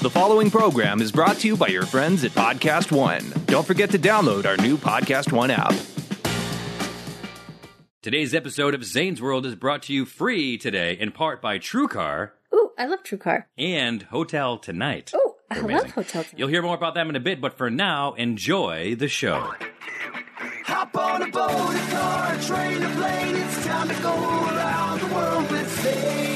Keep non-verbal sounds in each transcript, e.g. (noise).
The following program is brought to you by your friends at Podcast One. Don't forget to download our new Podcast One app. Today's episode of Zane's World is brought to you free today in part by TrueCar Ooh, I love True Car. and Hotel Tonight. Oh, Ooh, I They're love amazing. hotels. You'll hear more about them in a bit, but for now, enjoy the show. Hop on a boat, a car, a train, a plane. It's time to go around the world with Zane.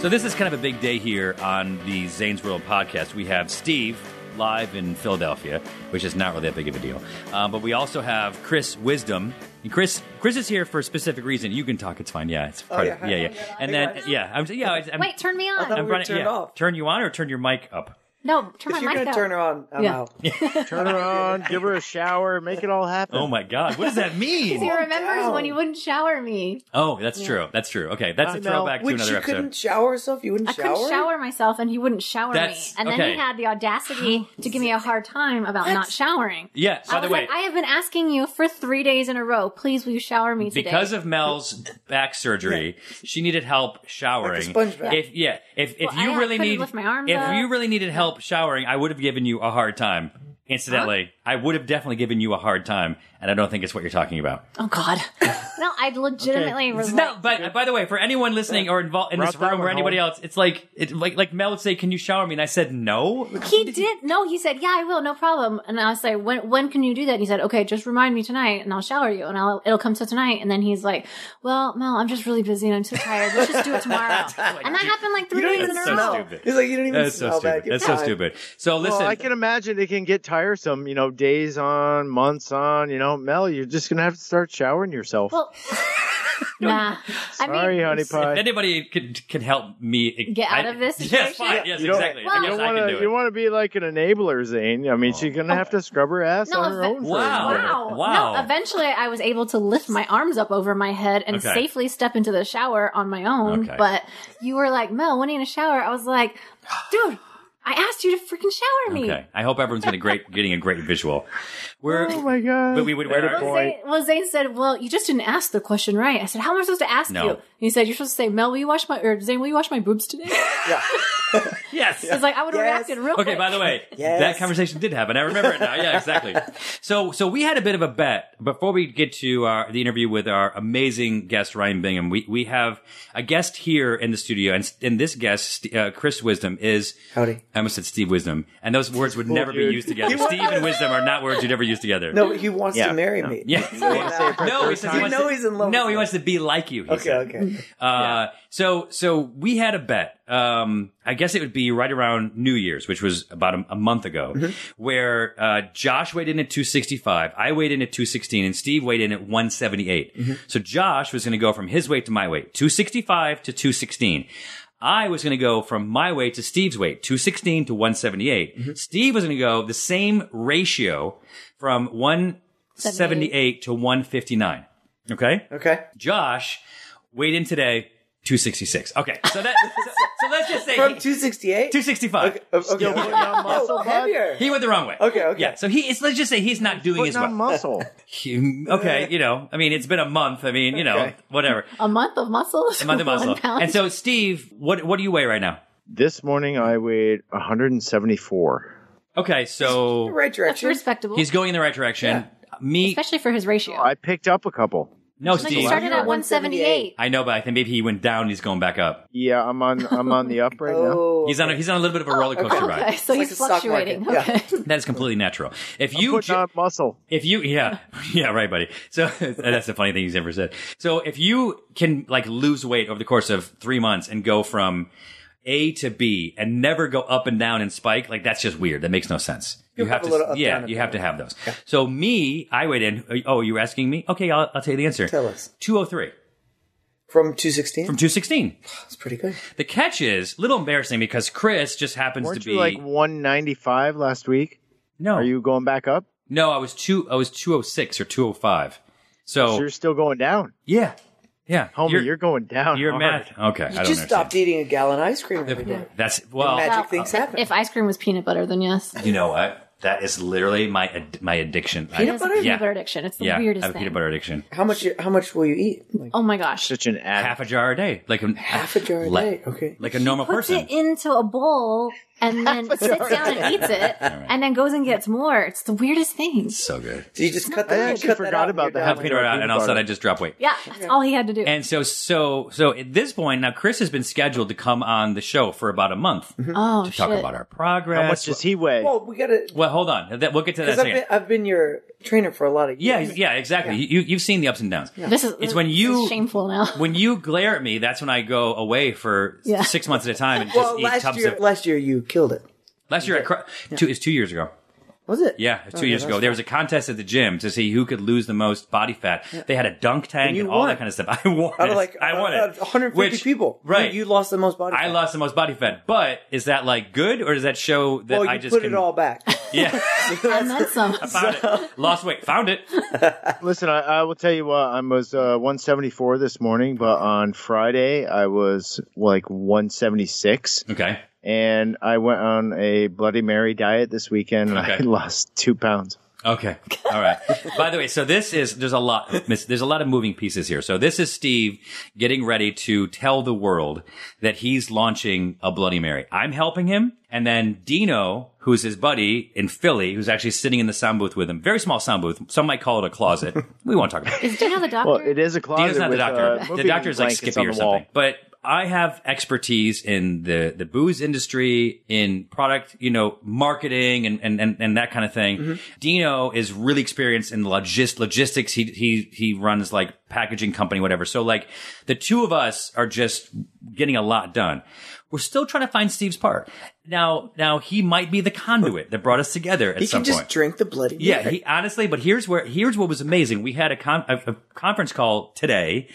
So this is kind of a big day here on the Zane's World podcast. We have Steve live in Philadelphia, which is not really that big of a deal. Um, but we also have Chris Wisdom. And Chris, Chris is here for a specific reason. You can talk; it's fine. Yeah, it's part of, Oh, yeah. yeah, yeah. (laughs) And then guys. yeah, I'm yeah. I- I'm, Wait, turn me I thought on. I'm we running- turned yeah. off. Turn you on or turn your mic up. No, turn my If you're mic gonna up. turn her on, I'm Yeah. out. Turn her on, give her a shower, make it all happen. Oh my God, what does that he (laughs) mean? remembers down. when you wouldldn't shower me. Oh, that's true. That's true. Okay, that's a I know. throwback to When she another episode. couldn't shower herself, you wouldn't I shower. couldn't shower myself, and he wouldn't shower That's- me. And then okay. he had the audacity to give me a hard time about not showering. Yeah. I By the was way, like, I have been asking you for three days in a row. Please, will you shower me today? because of Mel's back surgery, she needed help showering. sponge bath. If yeah, if if Well, I- you I really couldn't need lift my arms if up. you really needed help showering, I would have given you a hard time. Incidentally, I would have definitely given you a hard time, and I don't think it's what you're talking about. (laughs) oh God, no, I legitimately was No, like, but by the way, for anyone listening or involved in Brought this that room or one anybody home. else, it's like it, like like Mel would say, "Can you shower me?" And I said, "No." he did. No, he said, yeah, I will, no problem. And I was like, when when can you do that? And he said, okay, just remind me tonight, and I'll shower you, and I'll it'll come to tonight. And then he's like, well, Mel, I'm just really busy and I'm so tired. Let's just do it tomorrow. and that happened like three You don't days in even a row. so smell. stupid. It's like you (laughs) don't even That's so smell stupid. back. That's so It's stupid. So listen, Well, I can imagine it can get tiresome, you know, days on, months on, you know. Mel, you're just going to have to start showering yourself. Well, nah. I Sorry, uh, mean, honey pie. if anybody could can help me e- Get out of this (laughs) Yes, fine. situation? Yes, You don't- exactly. Well- I you guess don't I want can to do it. Oh. you want to be like an enabler, Zane. I mean, she's going to have to scrub her ass No, on her ev- own. for a Wow. minute. Wow. Wow. No, eventually I was able to lift my arms up over my head and Okay. safely step into the shower on my own. Okay. But you were like, Mel, when are you going to shower? I was like, dude, I asked you to freaking shower me. Okay. I hope everyone's getting a great getting a great visual. We're Oh my god. but we would Way wear to our, Well, point. Zane, well, Zane said, well, you just didn't ask the question right. I said, how am I supposed to ask No. you? And he said, you're supposed to say, Mel, will you wash my, or Zane, will you wash my boobs today? Yeah. yes. It's like, I would have Yes. reacted real Okay, quick. by the (laughs) way, Yes. that conversation did happen. I remember it now. Yeah, exactly. So, so we had a bit of a bet before we get to our, the interview with our amazing guest Ryan Bingham. We we have a guest here in the studio, and and this guest, uh, Chris Wisdom, is Howdy. I almost said Steve Wisdom, and those words would never dude. be used together. Steve and Wisdom are not words you'd ever use together. No, he wants Yeah. to marry me. Yeah. no, he (laughs) says he You wants know to- he's in love No, with he her. wants to be like you. he Okay. said. Okay. Uh, so so we had a bet. Um, I guess it would be right around New Year's, which was about a, a month ago, where uh, Josh weighed in at 265, I weighed in at 216, and Steve weighed in at 178. So Josh was going to go from his weight to my weight, 265 to 216. I was going to go from my weight to Steve's weight, 216 to 178. Steve was going to go the same ratio from 178 to 159. Okay? Okay. Josh weighed in today 266. Okay, so that so, so let's just say (laughs) From he- 268? 265. Okay. okay. Still putting on muscle, (laughs) oh, bud? heavier. He went the wrong way. Okay, okay. Yeah. So he is. Let's just say he's not doing Putting as on well. muscle. He- okay. You know. I mean, it's been a month. I mean, you know, Okay. whatever. a month of muscle. A month of (laughs) One muscle. pound. And so, Steve, what what do you weigh right now? (laughs) this morning I weighed 174. Okay, so Right that's direction. respectable. he's going in the right direction. Me, especially for his ratio. I picked up a couple. no, Like he Steve. started at 178. 178. I know, but I think maybe he went down. and He's going back up. Yeah, I'm on I'm on the up right now. Oh. He's on. A, he's on a little bit of a roller coaster (laughs) Okay, ride. so he's It's like the stock fluctuating. market. Okay. (laughs) That is completely natural. If you Putting ju- on muscle. If you, (laughs) yeah, yeah, right, buddy. So (laughs) that's the funny thing he's ever said. So if you can like lose weight over the course of three months and go from A to B and never go up and down and spike, like that's just weird. That makes no sense. You You'll have have a to, little up, yeah, down, up, you have to have those. So me, I weighed in. Oh, you were asking me? Okay, I'll, I'll tell you the answer. Tell us. 203 From 216? from 216. That's pretty good. The catch is little embarrassing because Chris just happens Weren't to be you like 195 last week? no, Are you going back up? no, I was two, I was 206 or 205. So, So you're still going down. yeah, yeah, Homie, Oh. You're- you're, going down. Your hard. math. Okay, I You don't just understand. Oh. stopped eating a gallon ice cream every day. That's well. Magic things happen. If ice cream was peanut butter, then yes. You know what? That is literally my ad- my addiction. Peanut I, It's a butter? peanut Yeah. butter addiction. It's the yeah, I weirdest have a thing. peanut butter addiction. How much? How much will you eat? Like Oh my gosh. Such an ad. Half a jar a day, like a half a jar a le- day. Okay. like a normal Puts person. it into a bowl and then sits down (laughs) and eats it and then goes and gets more. It's the weirdest thing. so good. So you just cut I that. you actually cut forgot that out about and you're that. done. Have peanut butter out, Peanut and all of a butter. sudden I just drop weight. Yeah, that's all he had to do. And so, so, so at this point, now Chris has been scheduled to come on the show for about a month Mm-hmm. oh, to talk shit. about our progress. How much does he weigh? Well, we gotta. Well, hold on. That- We'll get to that in a Because I've second. been, I've been your trainer for a lot of Yeah, years. yeah, exactly. You, you've seen the ups and downs. This is It's when this you- is (laughs) shameful now. When you glare at me, that's when I go away for Yeah. six months at a time and just (laughs) Well, eat last tubs year, of. last year you killed it. Last year, I cr- two, it's two years ago. Was it? Yeah, it's two Okay, years Oh, that's ago. There was a contest at the gym to see who could lose the most body fat. They had a dunk tank and, you all won. that kind of stuff. (laughs) I won. Out it. of like I won uh, it. 150 Which- people. You- Right. You, lost the most body. I fat. lost the most body fat. But is that like good or does that show that Well, you I just put can- it all back. (laughs) (laughs) Yeah, I meant some. found it. Lost weight. Found it. Listen, I, I will tell you what. I was uh, 174 this morning, but on Friday I was like 176, Okay. and I went on a Bloody Mary diet this weekend, and I Okay. (laughs) lost two pounds. Okay. All right. (laughs) By the way, so this is there's a lot there's a lot of moving pieces here. So this is Steve getting ready to tell the world that he's launching a Bloody Mary. I'm helping him, and then Dino, who's his buddy in Philly, who's actually sitting in the sound booth with him, very small sound booth. Some might call it a closet. We won't talk about it. Is Dino the doctor? Well, it is a closet. Dino's not with, the uh, doctor. the moving doctor's like blankets Skippy on or the wall. something. But I have expertise in the, the booze industry, in product, you know, marketing and, and, and, and that kind of thing. Dino is really experienced in logist, logistics. He, he, he runs like packaging company, whatever. So like the two of us are just getting a lot done. We're still trying to find Steve's part. Now, now he might be the conduit that brought us together at You some can just point. drink the bloody. Yeah, Mary. he, honestly, but here's where here's what was amazing. We had a, con- a, a conference call today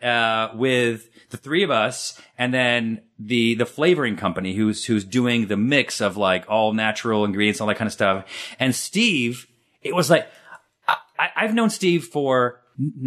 uh, with the three of us, and then the the flavoring company who's who's doing the mix of like all natural ingredients, all that kind of stuff. And Steve, it was like I, I, I've known Steve for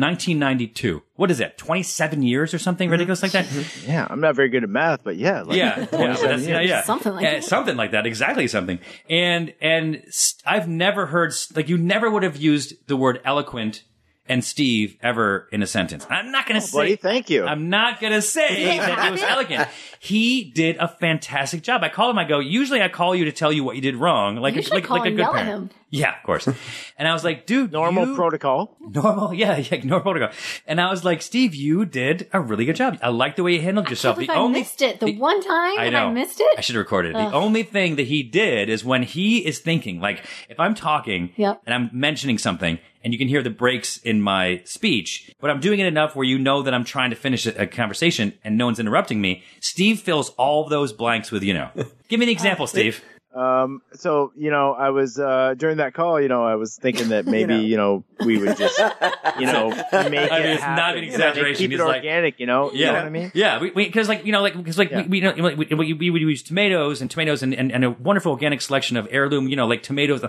1992. What is that? 27 years or something ridiculous like that. Yeah, I'm not very good at math, but yeah, like, (laughs) Yeah, yeah, that's- yeah, yeah. Something like Yeah, that. Something like that. Exactly something. And and st- I've never heard s- like you never would have used the word eloquent and Steve ever in a sentence. I'm not Oh, going to say. buddy, thank you. I'm not going to (laughs) say that it was elegant. He did a fantastic job. I called him. I go. Usually, I call you to tell you what you did wrong, like You a- should like, call like a and good yell at parent. him. Yeah, of course. And I was like, dude, Normal you- protocol. normal, (laughs) yeah, yeah, normal protocol. And I was like, Steve, you did a really good job. I like the way you handled yourself. I the only missed it the, one time I and know. I missed it. I should have recorded it. The only thing that he did is when he is thinking, like if I'm talking Yep. and I'm mentioning something and you can hear the breaks in my speech, but I'm doing it enough where you know that I'm trying to finish a, a conversation and no one's interrupting me. Steve fills all those blanks with, you know, give me an Uh, example, Steve. Um, so you know, I was uh, during that call. You know, I was thinking that maybe (laughs) you know, we (laughs) would just you know make it I mean, it's happen, not an you know, exaggeration. keep it He's like- organic. you know, you Yeah, know what I mean. Yeah, because like you know, like because like we, we, you know, like, we, we, we would use tomatoes and tomatoes and, and, and a wonderful organic selection of heirloom, you know, like tomatoes.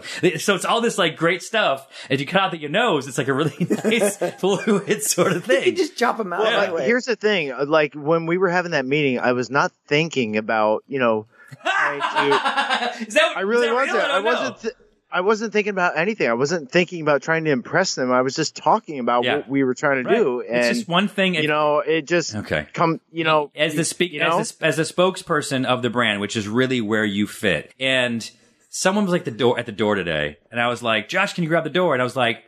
So it's all this like great stuff. If you cut out that your nose, it's like a really (laughs) (laughs) nice fluid sort of You thing. just chop them out. Yeah. that way. Here's the thing: uh, like when we were having that meeting, I was not thinking about you know. trying to- (laughs) (laughs) Is that what, I really is that Real? wasn't. I, I, don't know. wasn't. Th- I wasn't thinking about anything. I wasn't thinking about trying to impress them. I was just talking about Yeah. what we were trying to Right. do, and it's just one thing. you know, it just Okay. come. You know, as the speak you know? as, the, as the spokesperson of the brand, which is really where you fit. And someone was like the door at the door today, and I was like, "Josh, can you grab the door?" And I was like.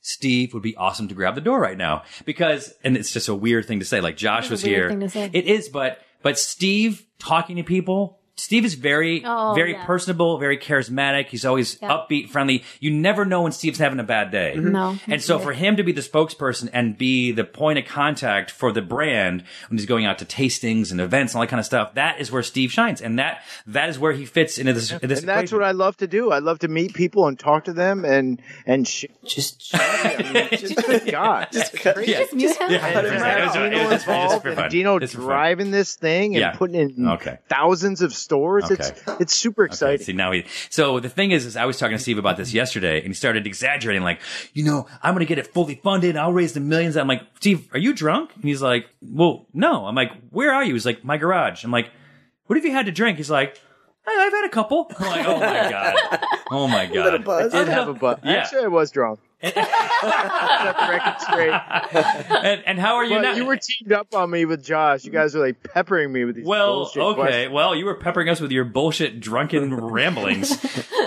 Steve would be awesome to grab the door right now because, and it's just a weird thing to say. Like Josh It's a was weird here. thing to say. It is, but but Steve talking to people. Steve is very Oh, very yeah. personable, very charismatic. He's always Yeah. upbeat, friendly. You never know when Steve's having a bad day. Mm-hmm. No. And so for him to be the spokesperson and be the point of contact for the brand when he's going out to tastings and events and all that kind of stuff, that is where Steve shines, and that that is where he fits into this. this and that's what I love to do. I love to meet people and talk to them and and sh- just chop (laughs) them. Just God. just cut. just mute him. cut them Yeah, it out. was- it Dino was just for- just involved for and fun. Dino Just for fun. driving this thing and Yeah. putting it in Okay. thousands of stores. Okay. It's it's super Okay, exciting. see now he. So the thing is, is I was talking to Steve about this yesterday, and he started exaggerating, like, you know, I'm going to get it fully funded. I'll raise the millions. I'm like, Steve, are you drunk? And he's like, Well, no. I'm like, Where are you? He's like, My garage. I'm like, What have you had to drink? He's like, "Hey, I've had a couple. I'm like, oh my god, (laughs) oh my god. Little buzz. I did have a butt. Yeah. Actually, I (laughs) was drunk. Set the record straight. and, and how are you But now? you were teamed up on me with Josh. You guys were like peppering me with these well, bullshit okay. questions. Well, you were peppering us with your bullshit (laughs) drunken ramblings.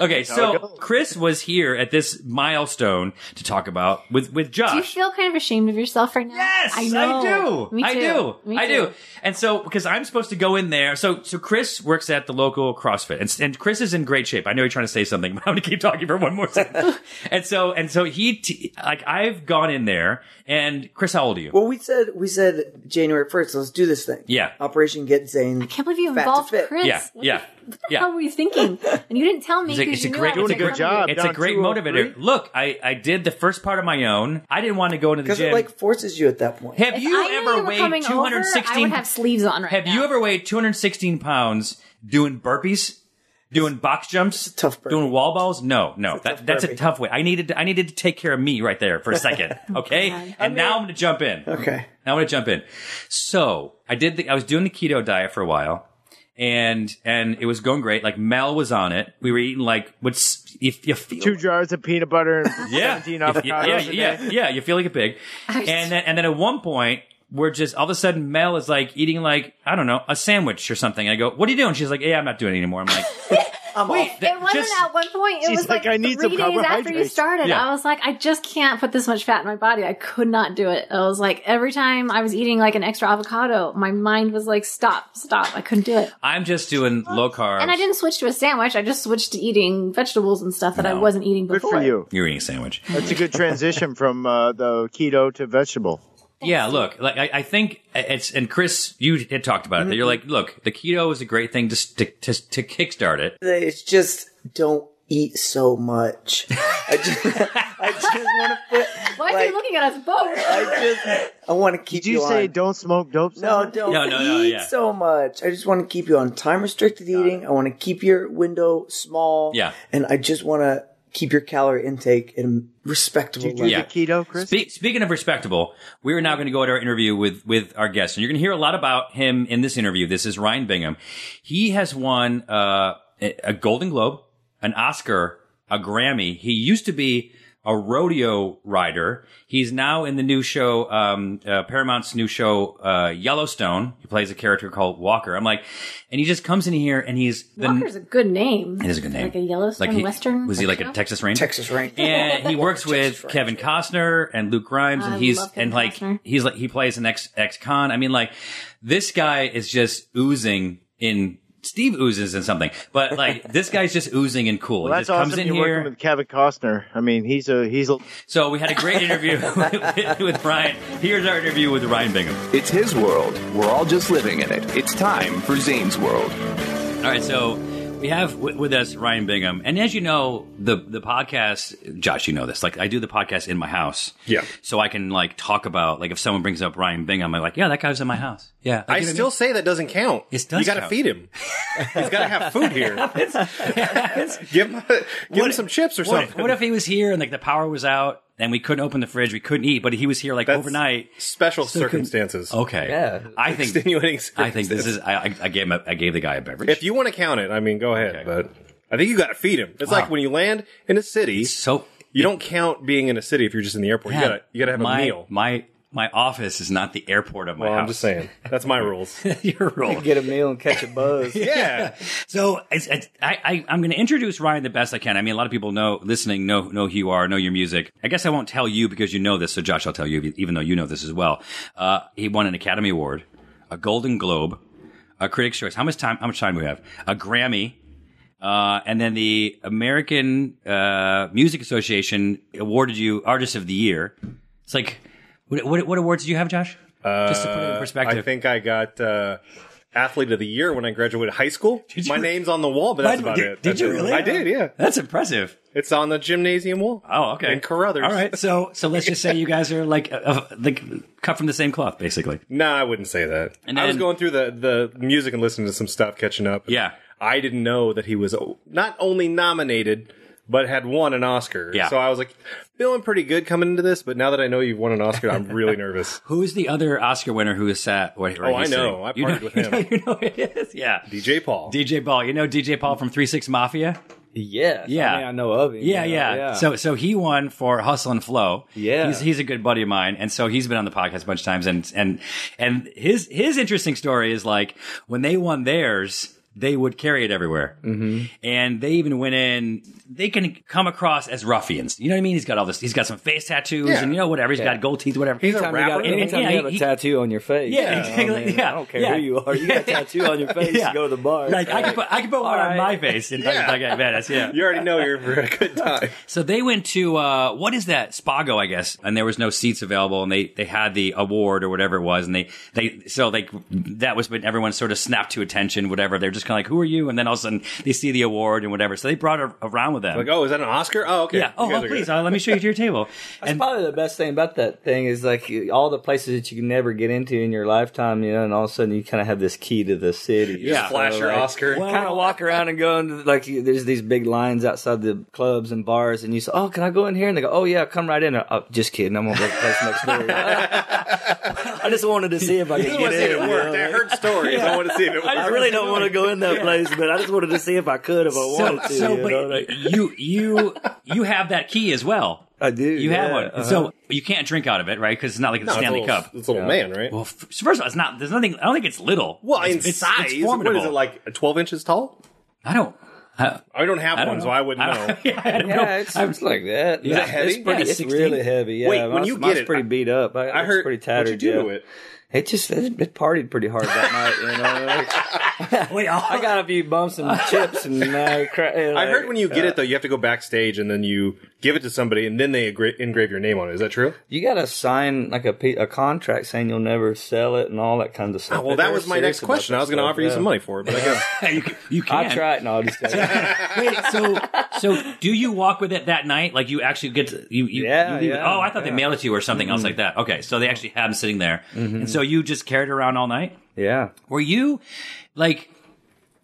Okay, so it goes. Chris was here at this milestone to talk about with with Josh. Do you feel kind of ashamed of yourself right now? Yes, I, do. Me I too. do. Me I too. do. And so, because I'm supposed to go in there. So, so Chris works at the local CrossFit, and, and Chris is in great shape. I know you're trying to say something, (laughs) but I'm going to keep talking for one more second. (laughs) and so, and so he, t- like, I've gone in there, and Chris, how old are you? Well, we said we said January first. Let's do this thing. Yeah. Operation Get Zane. I can't believe you Fat to involved fit. Chris. yeah, What the- yeah, What the yeah. hell were you thinking? And you didn't tell me It's a- because it's you a knew great- I doing was a good in job. front of you. It's a down great 203. motivator. Look, I, I did the first part of my own. I didn't want to go into the Because gym. it like forces you at that point. have If you I knew ever you were weighed coming over, I 216 would have sleeves on right Have now. you ever weighed 216 pounds doing burpees? Doing box jumps, tough burpee. doing wall balls. No, no, that, tough that's a burpee. tough way. I needed, I needed to take care of me right there for a (laughs) second, Oh, okay? and now I'm going to jump in. Okay. Now I'm going to jump in. So I did. The, I was doing the keto diet for a while, and and it was going great. Like Mel was on it. We were eating like what's if you feel Two jars of peanut butter (laughs) and yeah. 17 If avocados. you- yeah, a yeah, day. yeah, you feel like a pig. And then, and then at one point, we're just all of a sudden Mel is like eating like I don't know a sandwich or something. I go, "What are you doing?" She's like, "Yeah, I'm not doing it anymore." I'm like, I'm "Wait, off. that It wasn't just- at one point. It She's was like, like, I need three some days after you carbohydrates. started. Yeah. I was like, I just can't put this much fat in my body. I could not do it. I was like, every time I was eating like an extra avocado, my mind was like, stop, stop. I couldn't do it. I'm just (laughs) doing low carb." And I didn't switch to a sandwich. I just switched to eating vegetables and stuff that I No. wasn't eating Good before. for you. You're eating a sandwich. That's a good transition from uh, the keto to vegetable. Yeah, look, like I, I think it's and Chris, you had talked about it. That you're like, look, the keto is a great thing to s- to to, to kickstart it. It's just don't eat so much. (laughs) I just, I just want to put. Why are like, you looking at us both? I just, I want to keep Did you say on. don't smoke dope? No, don't No, no, no, eat yeah. so much. I just want to keep you on time restricted eating. I want to keep your window small. Yeah. And I just want to keep your calorie intake at a respectable level. Yeah. The keto, Chris? Spe- speaking of respectable, we are now going to go to our interview with with our guest, and you're going to hear a lot about him in this interview. This is Ryan Bingham. He has won uh, a a Golden Globe, an Oscar, a Grammy. He used to be a rodeo rider. He's now in the new show, um, uh, Paramount's new show, uh, Yellowstone. He plays a character called Walker. I'm like, and he just comes in here and he's the. Walker's a good name. Um, it is a good name. Like a Yellowstone Like he- Western. Was he like a show? Texas Ranger? Texas (laughs) Ranger. (laughs) and he works with Christ. Kevin Costner and Luke Grimes, and I he's love Kevin and like Costner. he's like he plays an ex ex con. I mean, like this guy is just oozing in. Steve oozes in something, but like (laughs) this guy's just oozing and cool. Well, he that's just awesome. comes in You're here. working with Kevin Costner. I mean, he's a he's a so we had a great interview (laughs) with, with Ryan. Here's our interview with Ryan Bingham. It's his world. We're all just living in it. It's time for Zane's World. All right, so we have w- with us Ryan Bingham, and as you know, the the podcast, Josh, you know this. Like, I do the podcast in my house, Yeah. so I can like talk about like if someone brings up Ryan Bingham, I'm like, yeah, that guy was in my house. Yeah, I Like, you know what still say that doesn't count. It does you got to count. (laughs) feed him. He's got to have food here. (laughs) give him, give him some chips or (laughs) What- something. What if he was here and like the power was out and we couldn't open the fridge, we couldn't eat, but he was here like That's overnight? (laughs) Special circumstances. Okay, Yeah. I think Extenuating I think this is I, I- I gave him a, I gave the guy a beverage. If you want to count it, I mean, go ahead. But I think you got to feed him. It's like when you land in a city. so you don't count being in a city if you're just in the airport. yeah, you gotta you gotta have my, a meal. My my office is not the airport of my well, house. I'm just saying that's my rules. (laughs) Your role. Get a meal and catch (laughs) a buzz. (laughs) yeah, So it's, it's, I, I, I'm going to introduce Ryan the best I can. I mean, a lot of people know, listening, know know who you are, know your music. I guess I won't tell you because you know this. So Josh, I'll tell you, even though you know this as well. Uh, he won an Academy Award, a Golden Globe, a Critics' Choice. How much time? How much time do we have? A Grammy. Uh, and then the American uh, Music Association awarded you Artist of the Year. It's like, what, what, what awards did you have, Josh? Uh, Just to put it in perspective. I think I got uh, athlete of the year when I graduated high school. Did you my re- name's on the wall, but Why that's did- about did- it. did That's you it. really? I did. Yeah, That's impressive. it's on the gymnasium wall. Oh, okay. In Carruthers. All right. So, so let's just say you guys are like, uh, uh, like cut from the same cloth, basically. No, I wouldn't say that. And I was then- going through the, the music and listening to some stuff, catching up. Yeah. I didn't know that he was o- not only nominated, but had won an Oscar. Yeah. So I was like, feeling pretty good coming into this, but now that I know you've won an Oscar, I'm (laughs) really nervous. Who is the other Oscar winner who is sat? What, Oh, I know. I you know, partied (laughs) with you him. know- You know, who it is. Yeah. DJ Paul. DJ Paul. You know DJ Paul from Three Six Mafia. Yeah, Yeah. I, mean, I know of him. Yeah, you know, yeah, So, so he won for Hustle and Flow. Yeah. he's, he's a good buddy of mine, and so he's been on the podcast a bunch of times. And and and his his interesting story is like when they won theirs. They would carry it everywhere, mm-hmm. and they even went in. They can come across as ruffians. You know what I mean? He's got all this. He's got some face tattoos, Yeah. and you know whatever. He's Yeah. got gold teeth, whatever. anytime you got, And- and- anytime yeah, you have a he- tattoo on your face, Yeah, you know, exactly, I, mean, yeah, I don't (laughs) care yeah. who you are. You got a tattoo on your face, Yeah. you go to the bar. Like I could put I could put one on right. my face and Yeah. like I badass. Yeah. You already know you're for a good time. So they went to uh, what is that Spago, I guess, and there was no seats available, and they they had the award or whatever it was, and they they so like that was when everyone sort of snapped to attention, whatever. They're just kind of like, who are you? And then all of a sudden they see the award and whatever, so they brought her around with them. Like, oh, is that an Oscar? Oh, okay. yeah. You Oh, guys oh, are please, good. uh, let me show you to your (laughs) table. That's And probably the best thing about that thing is like all the places that you can never get into in your lifetime, you know, and all of a sudden you kind of have this key to the city. Yeah. Flash your Oscar. kind of walk around and go into like you, there's these big lines outside the clubs and bars, and you say, "Oh, can I go in here?" And they go, "Oh yeah, come right in." Oh, just kidding, I'm gonna go to the place (laughs) next door. I just wanted to see if I I could get want to see if it in. you worked. know? I heard stories. I want to see if it I worked. really don't want to go in that place, but I just wanted to see if I could if I so, wanted to. so you but know, like- you you you have that key as well. I do. You have yeah, one, uh-huh. so you can't drink out of it, right? Because it's not like the No, it's a Stanley little- Cup. It's a little man, right? Well, f- first of all, it's not. There's nothing. I don't think it's little. Well, it's, in it's- it's size, what formidable. is it like? Twelve inches tall? I don't. I, I don't have I don't one, know. so I wouldn't know. (laughs) yeah, I don't know. (laughs) Yeah, it's, it's like that. Is it heavy? It's, pretty, Yeah, it's 16. really heavy. Yeah, Wait, when mine's- you get mine's it, pretty I- beat up. I, I it's heard pretty what tattered. you do yeah. to it. It just it, it partied pretty hard that night. You know, (laughs) Like, Wait, I'll- (laughs) I got a few bumps and chips, and I, cra- and I like- heard when you get it though, you have to go backstage and then you give it to somebody, and then they engra- engrave your name on it. Is that true? you got to sign like a pe- a contract saying you'll never sell it and all that kind of stuff. Oh, well, They're that was my serious next about question. that I was going to stuff, offer you yeah. some money for it, but (laughs) I guess you, can- you can. I tried, no, (laughs) I'll just tell you. Wait, so so do you walk with it that night? Like you actually get to, you, you Yeah, you leave it- yeah, Oh, I thought they yeah. mailed it to you or something Mm-hmm. else like that. Okay, so they actually had them sitting there, and so you just carried it around all night. yeah. Were you like?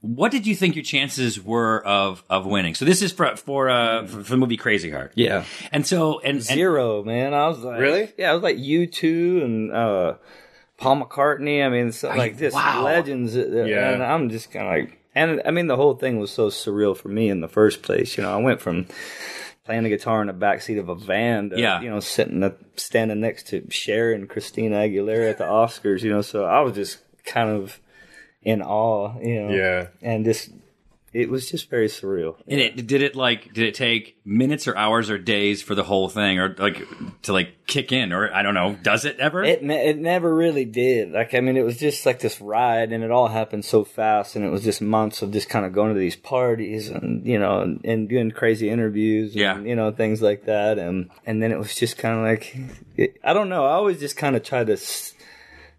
What did you think your chances were of of winning? So this is for for uh for, for the movie Crazy Heart. Yeah. and so and, and Zero, man. I was like, Really? Yeah, I was like you two and uh, Paul McCartney. I mean, so, like this wow. legends. that- that- Yeah. and I'm just kind of like, and I mean, the whole thing was so surreal for me in the first place. You know, I went from playing the guitar in the backseat of a van to Yeah. you know sitting up, standing next to Cher and Christina Aguilera at the Oscars. You know, so I was just kind of in awe. You know, Yeah. and just it was just very surreal. And it did it like did it take minutes or hours or days for the whole thing or like to like kick in or I don't know does it ever? It ne- it never really did. Like I mean, it was just like this ride, and it all happened so fast, and it was just months of just kind of going to these parties, and you know, and, and doing crazy interviews, and, Yeah. you know, things like that, and and then it was just kind of like, it, I don't know. I always just kind of try to s-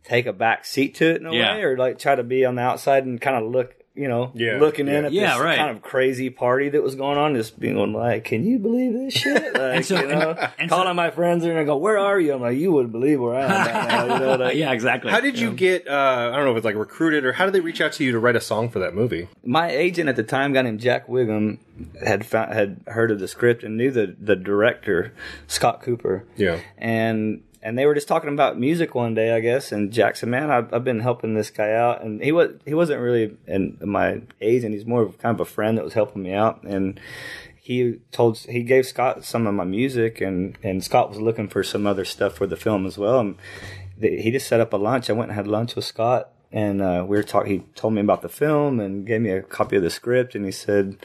take a back seat to it in a Yeah. way, or like try to be on the outside and kind of look. You know, Yeah. looking in Yeah. at Yeah, this right. kind of crazy party that was going on, just being like, "Can you believe (laughs) this shit?" Like, so- you know, and so- calling my friends and I go, "Where are you?" I'm like, "You wouldn't believe where I am." Right now, you (laughs) know, like, Uh, yeah, exactly. how did you get? Uh, I don't know if it's like recruited or how did they reach out to you to write a song for that movie? my agent at the time, a guy named Jack Wiggum, had found, had heard of the script and knew the the director Scott Cooper. Yeah. and and they were just talking about music one day, I guess. And Jack said, "Man, I've, I've been helping this guy out, and he was he wasn't really an, my agent. He's more of kind of a friend that was helping me out, and." He told he gave Scott some of my music, and, and Scott was looking for some other stuff for the film as well. And th- he just set up a lunch. I went and had lunch with Scott, and uh, we were talking. He told me about the film and gave me a copy of the script, and he said,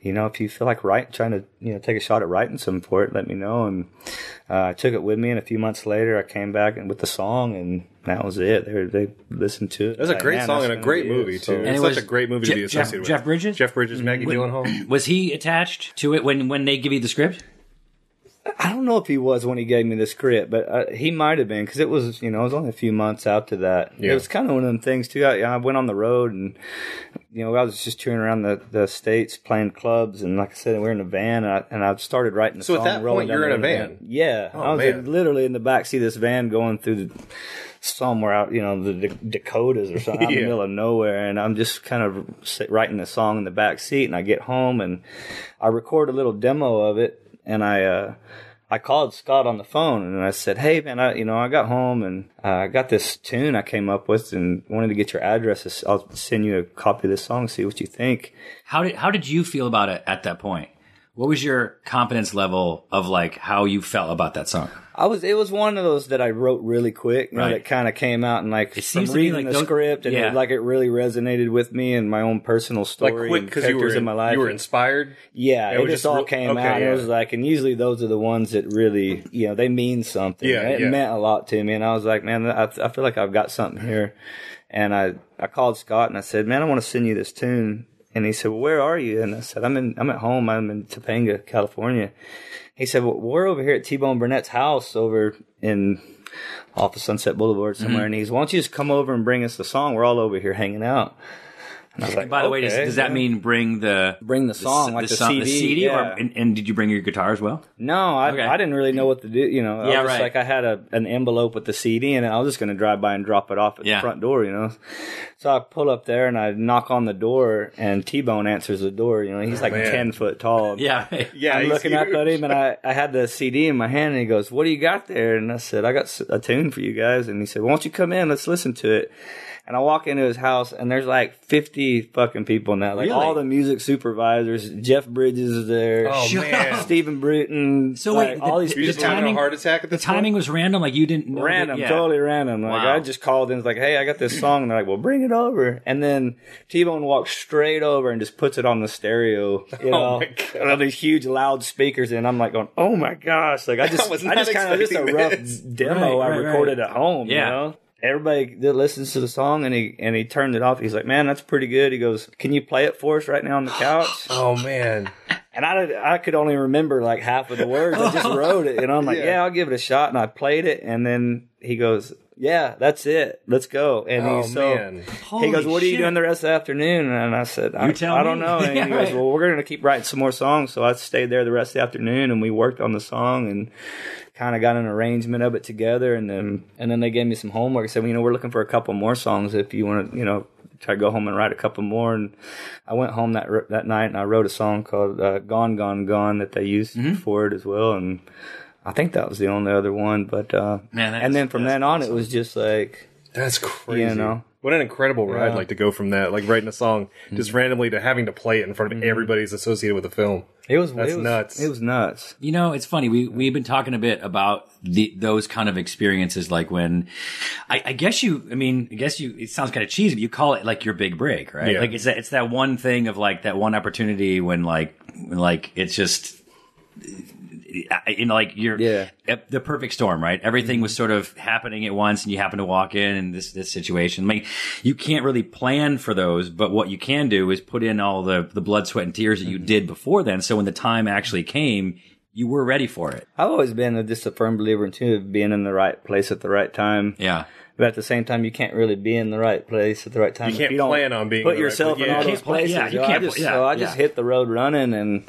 "You know, if you feel like write, trying to you know take a shot at writing some for it, let me know." And uh, I took it with me, and a few months later, I came back and with the song, and that was it. They, were- they listened to it. That's a Like, great "Man, song that's and a gonna great be it." movie too. So- it It's such was a great movie Jeff- to be Jeff- associated with. Jeff Bridges? Jeff Mm, Bridges, Maggie (coughs) Gyllenhaal. was he attached to it when when they give you the script? I don't know if he was when he gave me the script, but uh, he might have been because it was you know it was only a few months after that. Yeah. It was kind of one of them things too. I, I went on the road and you know I was just touring around the, the states playing clubs and like I said we were in a van and I, and I started writing the So at song. that rolling point, down you're the in a road van? Yeah, I was man. literally in the backseat of this van going through the somewhere out, you know, the D- Dakotas or something, out in Yeah. the middle of nowhere, and I'm just kind of sit, writing the song in the back seat, and I get home and I record a little demo of it, and I. uh I called Scott on the phone and I said, "Hey man, I you know I got home and uh, I got this tune I came up with and wanted to get your address. I'll send you a copy of this song, see what you think." How did how did you feel about it at that point? What was your confidence level of like how you felt about that song? I was it was one of those that I wrote really quick, you know, Right. that kind of came out and like it seems to me reading like the those- script and yeah. it, like it really resonated with me and my own personal Like story quick and because you characters were in my life. you were inspired. yeah, it it, was just just all real- came okay, out. and yeah. It was like, and usually those are the ones that really you know they mean something. Yeah, And it yeah. meant a lot to me, and I was like, man, I, I feel like I've got something here. And I I called Scott and I said, man, I want to send you this tune. And he said, well, where are you? And I said, I'm in I'm at home. I'm in Topanga, California. He said, well, we're over here at T Bone Burnett's house over in off of Sunset Mm-hmm. Boulevard somewhere, and he's, why don't you just come over and bring us the song? We're all over here hanging out. And I was like, By the way, does, "Okay, does that yeah." mean bring the bring the song, like the, CD? yeah. and, and did you bring your guitar as well? no, I, Okay. I didn't really know what to do. You know, I Yeah, was just right. like I had a an envelope with the CD in it. I was just going to drive by and drop it off at Yeah. the front door. You know, so I pull up there and I knock on the door, and T Bone answers the door. You know, he's like ten foot tall. Oh, Yeah, right. Yeah, I'm he's looking up huge. at him, and I, I had the CD in my hand, and he goes, "What do you got there?" And I said, "I got s- a tune for you guys." And he said, "Why don't you come in? Let's listen to it." And I walk into his house, and there's like 50 fucking people now, like all the music supervisors. Jeff Bridges is there. Oh, (laughs) Shut man. up. Stephen Bruton. So So wait, like, the- all these the You just people. time- having timing- a heart attack at The this point? timing was random, like you didn't know that- Random, yeah. totally random. Like Wow. I just called and was like, "Hey, I (clears throat) got this song," and they're like, "Well, bring it over." And then T Bone walks straight over and just puts it on the stereo, (laughs) you know, Oh my God. and all these huge loud speakers. And I'm like, going, "Oh my (laughs) gosh!" Like I just, I, was not just kind of just a expecting rough (laughs) this. demo Right, I right, recorded right. at home. Yeah. You know? Everybody that listens to the song and he and he turned it off. He's like, "Man, that's pretty good." He goes, "Can you play it for us right now on the (gasps) couch?" (laughs) Oh man, And I, did- I could only remember like half of the words. I just wrote it, and I'm like, yeah. I'll give it a shot. And I played it, and then he goes, yeah, that's it. Let's go. And oh he's so. man. Holy he goes, "What are you shit. doing the rest of the afternoon?" And I said, "I, You tell I don't me." (laughs) know." And Yeah, he goes, right. "Well, we're going to keep writing some more songs." So I stayed there the rest of the afternoon, and we worked on the song and kind of got an arrangement of it together. And then and then they gave me some homework. I said, well, "You know, we're looking for a couple more songs. If you want to, you know, try to go home and write a couple more." And I went home that r- that night and I wrote a song called uh, "Gone, Gone, Gone" that they used Mm-hmm. for it as well. And I think that was the only other one. But uh, Man, that's- and then from that's then on, it was just like. That's crazy. You know? Mm-hmm. What an incredible ride! Like to go from that, like writing a song just randomly to having to play it in front of everybody who's associated with the film. It was That's it was, nuts. It was nuts. You know, it's funny. We we've been talking a bit about the those kind of experiences, like when I, I guess you. I mean, I guess you. It sounds kind of cheesy, but you call it like your big break, right? Yeah. Like it's that it's that one thing of like that one opportunity when like when like it's just. I- You know, like you're Yeah. Mm-hmm. at the perfect storm, right? Everything was sort of happening at once, and you happen to walk in and this this situation. Like you can't really plan for those, but what you can do is put in all the the blood, sweat, and tears that you Mm-hmm. did before then. So when the time actually came, you were ready for it. I've always been a, just a firm believer too of being in the right place at the right time. Yeah. But at the same time, you can't really be in the right place at the right time. You if can't don't plan on being in put the right yourself place. in Yeah, all you those can't plan- places. yeah, you yo. I can't just, pl- yeah, so I yeah. just hit the road running, and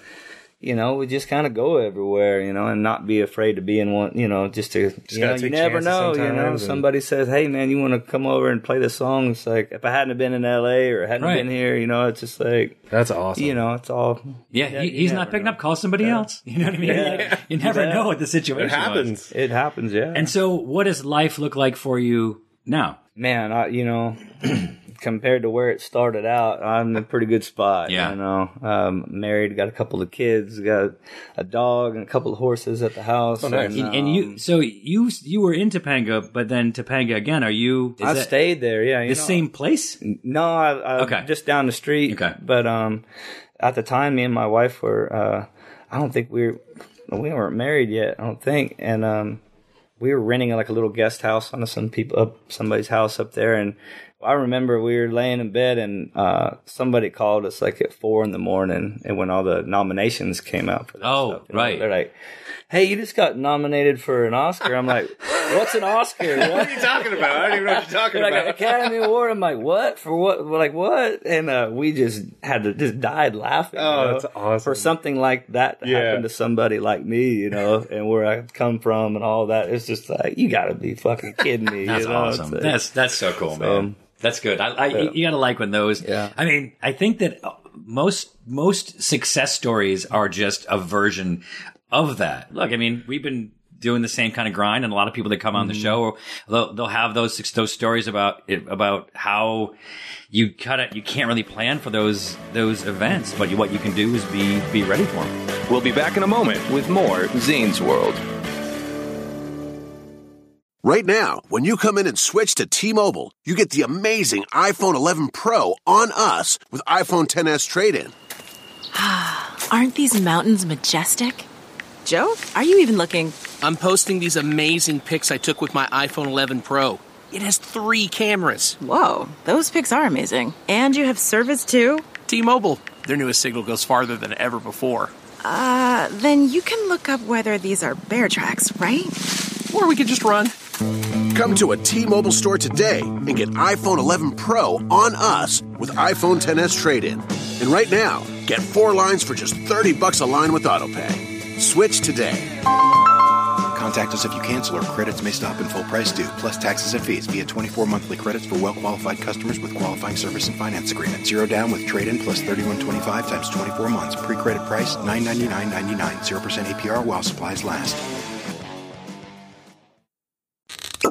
you know, we just kind of go everywhere, you know, and not be afraid to be in one, you know, just to you gotta know, you take never chances know, you sometimes know, and- somebody says, hey man, you want to come over and play this song? It's like if I hadn't been in L.A. or hadn't Right. been here, you know, it's just like That's awesome. you know, it's all Yeah. he, you he's never not picking know. up. Call somebody else. (laughs) You know what I mean? Yeah. Like, you never Yeah. know what the situation it Was. happens. it happens, yeah. And so, what does life look like for you now? man, I, you know, (clears throat) compared to where it started out, I'm in a pretty good spot. Yeah. You know, um, married, got a couple of kids, got a dog and a couple of horses at the house. Oh, nice. And, and you, so you you were in Topanga, but then Topanga again. Are you? Is I that stayed uh, there. Yeah. the same place? No, I, I Okay. just down the street. Okay. But um, at the time, me and my wife were. Uh, I don't think we were. We weren't married yet. I don't think. And um, we were renting like a little guest house on some people up somebody's house up there, and I remember we were laying in bed and uh, somebody called us like at four in the morning, and when all the nominations came out. For that Oh, stuff, you know, right. They're like, "Hey, you just got nominated for an Oscar." I'm like, "What's an Oscar?" What? (laughs) What are you talking about? I don't even know what you're talking They're like about. Academy Award. I'm like, what for? What? We're like what? And uh, we just had to just died laughing. Oh, you know, that's awesome. For something like that to Yeah. happen to somebody like me, you know, and where I come from and all that, it's just like you got to be fucking kidding (laughs) me. That's you know? awesome. It's like- that's that's so cool, man. That's good. I, I you gotta like when those. Yeah. I mean, I think that uh, most most success stories are just a version of that. Look, I mean, we've been doing the same kind of grind, and a lot of people that come Mm-hmm. on the show, they'll, they'll have those those stories about it, about how you kind of you can't really plan for those those events, but you, what you can do is be be ready for them. We'll be back in a moment with more Zane's World. Right now, when you come in and switch to T-Mobile, you get the amazing iPhone 11 Pro on us with iPhone 10s trade-in. Aren't these mountains majestic? Joe, are you even looking? I'm posting these amazing pics I took with my iPhone 11 Pro. It has three cameras. Whoa, those pics are amazing. And you have service too? T Mobile, their newest signal goes farther than ever before. Uh, then you can look up whether these are bear tracks, right? Or we could just run. Come to a T-Mobile store today and get iPhone 11 Pro on us with iPhone 10s trade-in. And right now, get 4 lines for just 30 bucks a line with AutoPay. Switch today. Contact us if you cancel or credits may stop and full price due, plus taxes and fees via 24 monthly credits for well qualified customers with qualifying service and finance agreement. Zero down with trade in plus 3125 times 24 months. Pre credit price 999.99, 0% APR while supplies last.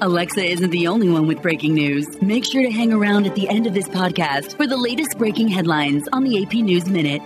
Alexa isn't the only one with breaking news. Make sure to hang around at the end of this podcast for the latest breaking headlines on the AP News Minute.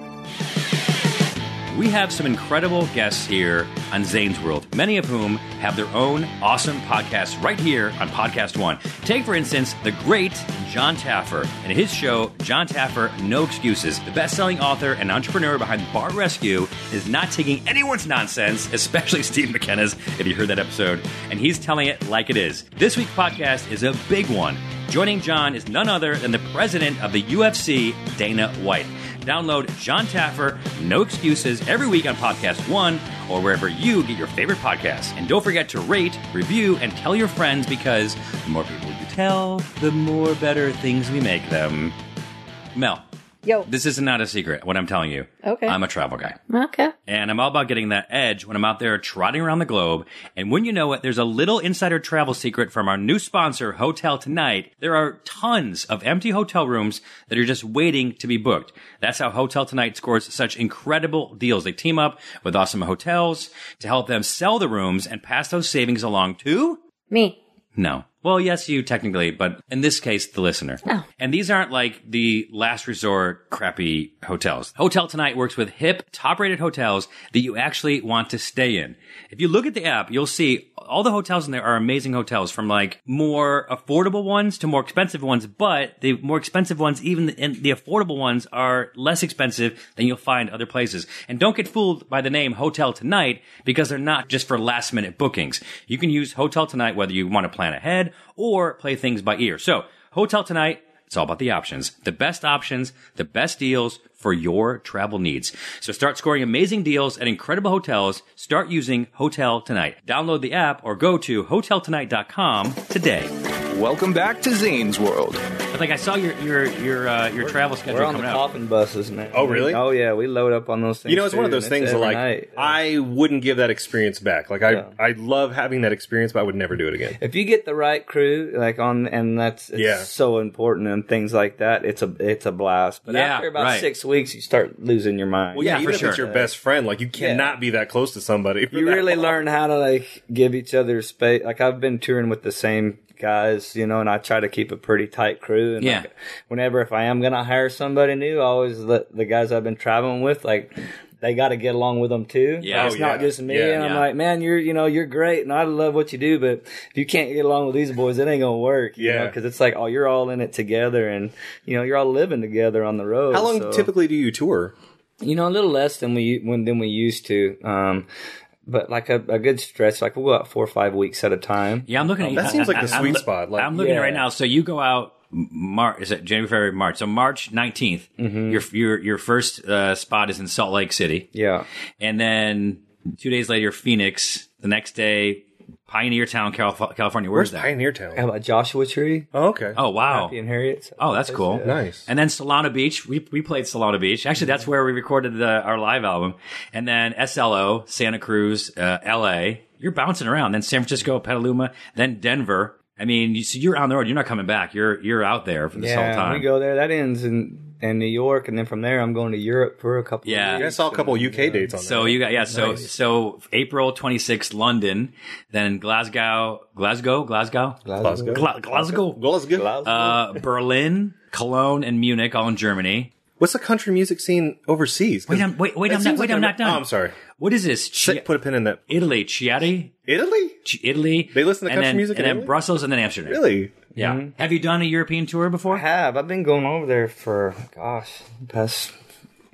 We have some incredible guests here on Zane's World, many of whom have their own awesome podcasts right here on Podcast One. Take, for instance, the great John Taffer and his show, John Taffer No Excuses. The best selling author and entrepreneur behind Bar Rescue is not taking anyone's nonsense, especially (laughs) Steve McKenna's, if you heard that episode, and he's telling it like it is. This week's podcast is a big one. Joining John is none other than the president of the UFC, Dana White. Download John Taffer, No Excuses, every week on Podcast One or wherever you get your favorite podcasts. And don't forget to rate, review, and tell your friends because the more people you tell, the more better things we make them. Mel, Yo. this is not a secret, what I'm telling you. Okay. I'm a travel guy. Okay. And I'm all about getting that edge when I'm out there trotting around the globe. And when you know it, there's a little insider travel secret from our new sponsor, Hotel Tonight. There are tons of empty hotel rooms that are just waiting to be booked. That's how Hotel Tonight scores such incredible deals. They team up with awesome hotels to help them sell the rooms and pass those savings along to Me. no. Well, yes, you technically, but in this case, the listener. Oh. And these aren't like the last resort crappy hotels. Hotel Tonight works with hip, top rated hotels that you actually want to stay in. If you look at the app, you'll see all the hotels in there are amazing hotels from like more affordable ones to more expensive ones, but the more expensive ones, even the, and the affordable ones are less expensive than you'll find other places. And don't get fooled by the name Hotel Tonight because they're not just for last minute bookings. You can use Hotel Tonight whether you want to plan ahead or play things by ear. So Hotel Tonight, it's all about the options, the best options, the best deals for your travel needs. So start scoring amazing deals at incredible hotels. Start using Hotel Tonight. Download the app or go to hoteltonight.com today. Welcome back to Zane's World. But like I saw your your your uh, your travel schedule We're on the coming up. coffin buses, man. Oh, really? Oh yeah, we load up on those things. You know, it's one of too, those and things that every like night. I wouldn't give that experience back. Like I, I love having that experience, but I would never do it again. if you get the right crew, like on, and that's it's Yeah. so important and things like that. It's a it's a blast. But Yeah, after about right, six weeks, you start losing your mind. Well, yeah, even if it's your best friend, like you cannot be that close to somebody. for (laughs) you that really long. learn how to like give each other space. Like I've been touring with the same guys, you know, and I try to keep a pretty tight crew. And Yeah. like, whenever if I am gonna hire somebody new, I always let the guys I've been traveling with like. They got to get along with them too. Yeah. Like, it's Oh, not yeah. just me. Yeah. and I'm Yeah. like, man, you're you know you're great, and I love what you do, but if you can't get along with these boys, it ain't gonna work. Yeah. because it's like, oh, you're all in it together, and you know you're all living together on the road. How long so- typically do you tour? you know, a little less than we when than we used to. Um, but like a, a good stretch, like we'll go out four or five weeks at a time. Yeah, I'm looking at I'm loo- I'm looking Yeah. right now. So you go out March is it January, February, March? So March 19th, your your your first uh, spot is in Salt Lake City. Yeah, and then two days later, Phoenix. The next day, Pioneer Town, Calif- California. Where's, Where's that? Pioneer Town? How about Joshua Tree? Oh, okay. Oh wow, Happy and Harriet's. Oh, that's cool. Yeah. Nice. And then Solana Beach. We, we played Solana Beach. Actually, that's where we recorded the, our live album. And then SLO, Santa Cruz, uh, LA. You're bouncing around. Then San Francisco, Petaluma, then Denver. I mean, you, so you're on the road. You're not coming back. You're you're out there for this whole yeah, time. we go there. That ends in in New York, and then from there, I'm going to Europe for a couple. Yeah. of Yeah, I weeks. saw a couple And, UK dates on So you got yeah. So Nice. so April 26th, London, then Glasgow, Glasgow, Glasgow, Glasgow. Gla- Glasgow, Glasgow, Uh, Berlin, Cologne, and Munich, all in Germany. What's the country music scene overseas? 'Cause Wait, I'm- wait, wait, that I'm not- seems wait, like I'm a- not done. Oh, I'm sorry. What is this? Put a pin in that. Italy, Chieti, Italy, Ch- Italy. They listen to and country then, music and in then Italy? Brussels, and then Amsterdam. Really? Yeah. Have you done a European tour before? I have. I've been going over there for gosh, past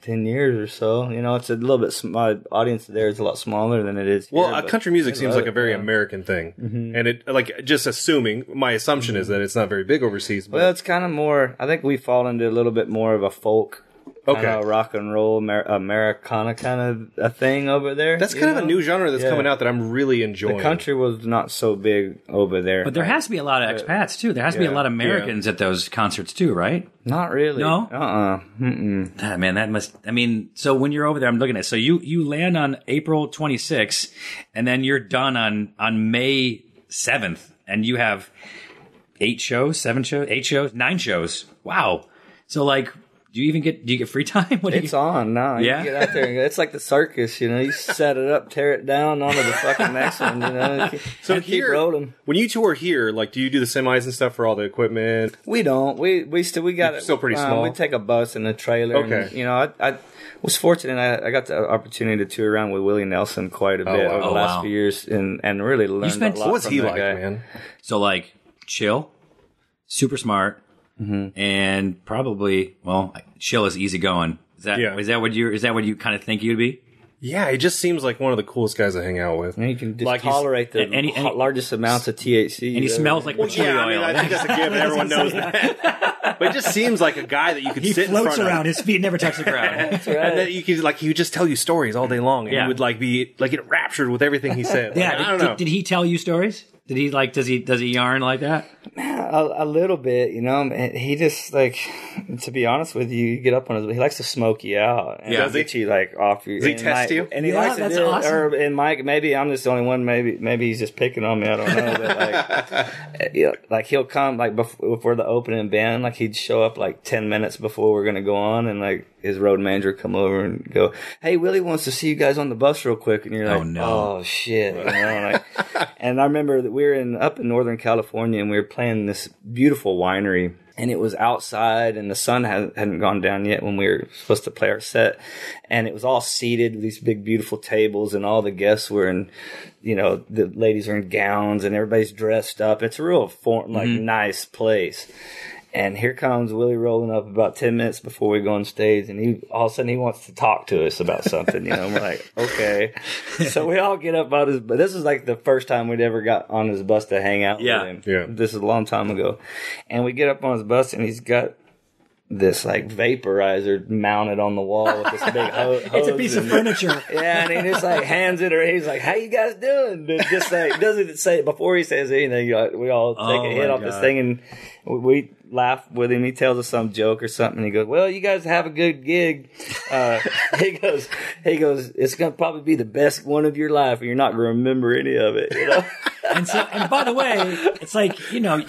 ten years or so. You know, it's a little bit. sm- My audience there is a lot smaller than it is. Well, here, uh, but country music I seems love like it. a very American thing, Mm-hmm. and it like just assuming my assumption is that it's not very big overseas. But Well, it's kind of more. I think we fall into a little bit more of a folk, Okay. kinda rock and roll Amer- Americana kind of a thing over there. that's you kind of a know? new genre that's Yeah. coming out that I'm really enjoying. The country was not so big over there, But there has to be a lot Uh, of expats too. There has to be a Yeah. lot of Americans at those concerts too, right? Not really. No. Ah, Uh. Uh-uh. uh man, that must. I mean, so when you're over there, I'm looking at. So you you land on April 26th, and then you're done on on May 7th, and you have eight shows, seven shows, eight shows, nine shows. Wow. So like, do you even get do you get free (laughs) time? What do you It's on now. Yeah. You get out there and go. It's like the circus, you know. You set it up, tear it down, onto the fucking next one, you know. So And here, keep rolling. when you tour here, like, do you do the semis and stuff for all the equipment? We don't. We we still we got You're it. still pretty um, small. We take a bus and a trailer. and, Okay. you know, I, I was fortunate. I, I got the opportunity to tour around with Willie Nelson quite a Oh, bit wow. over the Oh, last wow. few years, and and really learned a lot. from that guy. So like, chill, super smart, and probably well, chill is easygoing. Is that Yeah. is that what you is that what you kind of think you'd be? Yeah, he just seems like one of the coolest guys I hang out with. And you can just Like he's- tolerate the and- and he- ho- largest amounts of THC. and he smells like well, patchouli yeah, I mean, oil. I (laughs) think that's a given. Everyone knows But it just seems like a guy that you could He sit floats in front around. Of. His feet never touch the ground. And then you could like he would just tell you stories all day long, and Yeah. you would like be like enraptured with everything he said. (laughs) Like, yeah. I don't did, know. Did, did he tell you stories? Did he like? Does he does he yarn like that? a, a little bit, you know. and He just like, to be honest with you, you get up on his. He likes to smoke you out. And Yeah. Does he? get you like off your. Does he and, test like- you? And he Yeah, likes to that's do it, awesome. Or, and Mike, maybe I'm just the only one. Maybe maybe he's just picking on me. I don't know. But like, yeah, like he'll come like before, before the opening band. Like he'd show up like ten minutes before we're gonna go on, and like his road manager would come over and go, "Hey, Willie wants to see you guys on the bus real quick." And you're like, "Oh no, oh shit!" You know, like, (laughs) and I remember that we were in up in Northern California and we were playing this beautiful winery and it was outside and the sun hadn't, hadn't gone down yet when we were supposed to play our set and it was all seated with these big beautiful tables and all the guests were in you know the ladies are in gowns and everybody's dressed up it's a real form like Mhm. nice place and here comes Willie rolling up about ten minutes before we go on stage, and he all of a sudden he wants to talk to us about something. You know, and we're like, okay. So we all get up on his, but this is like the first time we'd ever got on his bus to hang out Yeah. with him. Yeah, this is a long time ago, and we get up on his bus, and he's got this like vaporizer mounted on the wall with this big ho- hose. (laughs) It's a piece of and- furniture. (laughs) yeah, and he just like hands it, or he's like, "How you guys doing?" But just like doesn't say before he says anything. you know, we all take Oh, a hit my off this God. thing, and we- we laugh with him. He tells us some joke or something. He goes, "Well, you guys have a good gig." Uh, (laughs) he goes, "He goes, it's gonna probably be the best one of your (laughs) life, and you're not gonna remember any of it." You know? and so and by the way, it's like you know.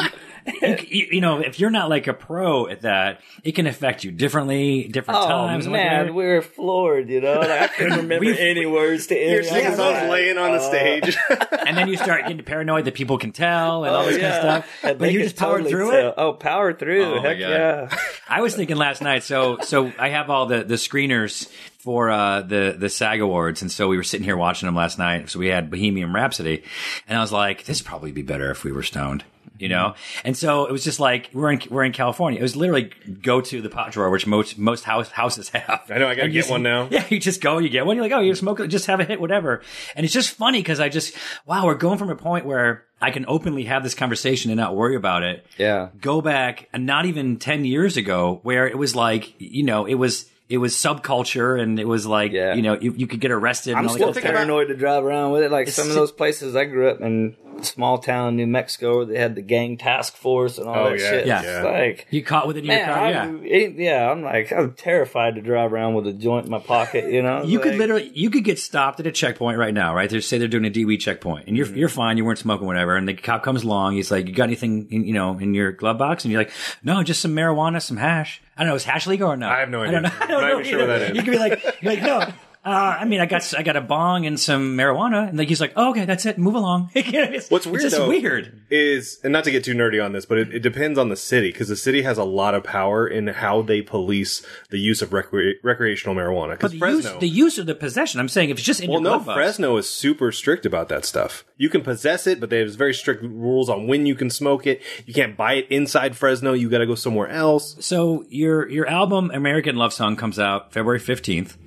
you, you, you know, if you're not like a pro at that, it can affect you differently, different Oh times. man, we were floored. You know, like, (laughs) I couldn't remember any words to You're any. sick as I was laying on the stage. and then you start getting paranoid that people can tell and all Oh, this yeah. kind of stuff. And But they you could just powered totally through tell. it. Oh, power through. Oh, my Heck God. yeah. I was thinking last night. So, so I have all the the screeners for uh, the the SAG Awards, and so we were sitting here watching them last night. So we had Bohemian Rhapsody, and I was like, "This would probably be better if we were stoned." You know, Mm-hmm. and so it was just like we're in we're in California. It was literally go to the pot drawer, which most most house, houses have. I know I gotta get one now. Yeah, you just go, you get one. You're like, oh, you're smoking, just have a hit, whatever. And it's just funny because I just wow, we're going from a point where I can openly have this conversation and not worry about it Yeah. go back and not even 10 years ago where it was like you know it was it was subculture and it was like you know you, you could get arrested and I'm all that still kind of stuff. paranoid to drive around with it. Like It's some of si- those places I grew up in, small town New Mexico, where they had the gang task force and all Oh, that yeah, shit. yeah. It's like you caught with it in your man, car yeah I'm, it- yeah. I'm like I'm terrified to drive around with a joint in my pocket. You know, you Like, could literally you could get stopped at a checkpoint right now right they say they're doing a DWE checkpoint and you're Mm-hmm. you're fine you weren't smoking whatever and the cop comes along he's like you got anything in, you know in your glove box and you're like no just some marijuana some hash I don't know is hash legal or no I have no idea. I don't know, (laughs) I don't I'm not know even sure what either. that is. you could be like you're like no. Uh, I mean, I got I got a bong and some marijuana, and like he's like, oh, okay, that's it, move along. (laughs) It's- What's weird it's just though weird. is, and not to get too nerdy on this, but it, it depends on the city because the city has a lot of power in how they police the use of recre- recreational marijuana. But Because the Fresno, use, the use of the possession. I'm saying if it's just in well, your no, glove box- Fresno is super strict about that stuff. You can possess it, but there's very strict rules on when you can smoke it. You can't buy it inside Fresno. You got to go somewhere else. So your your album American Love Song comes out February fifteenth,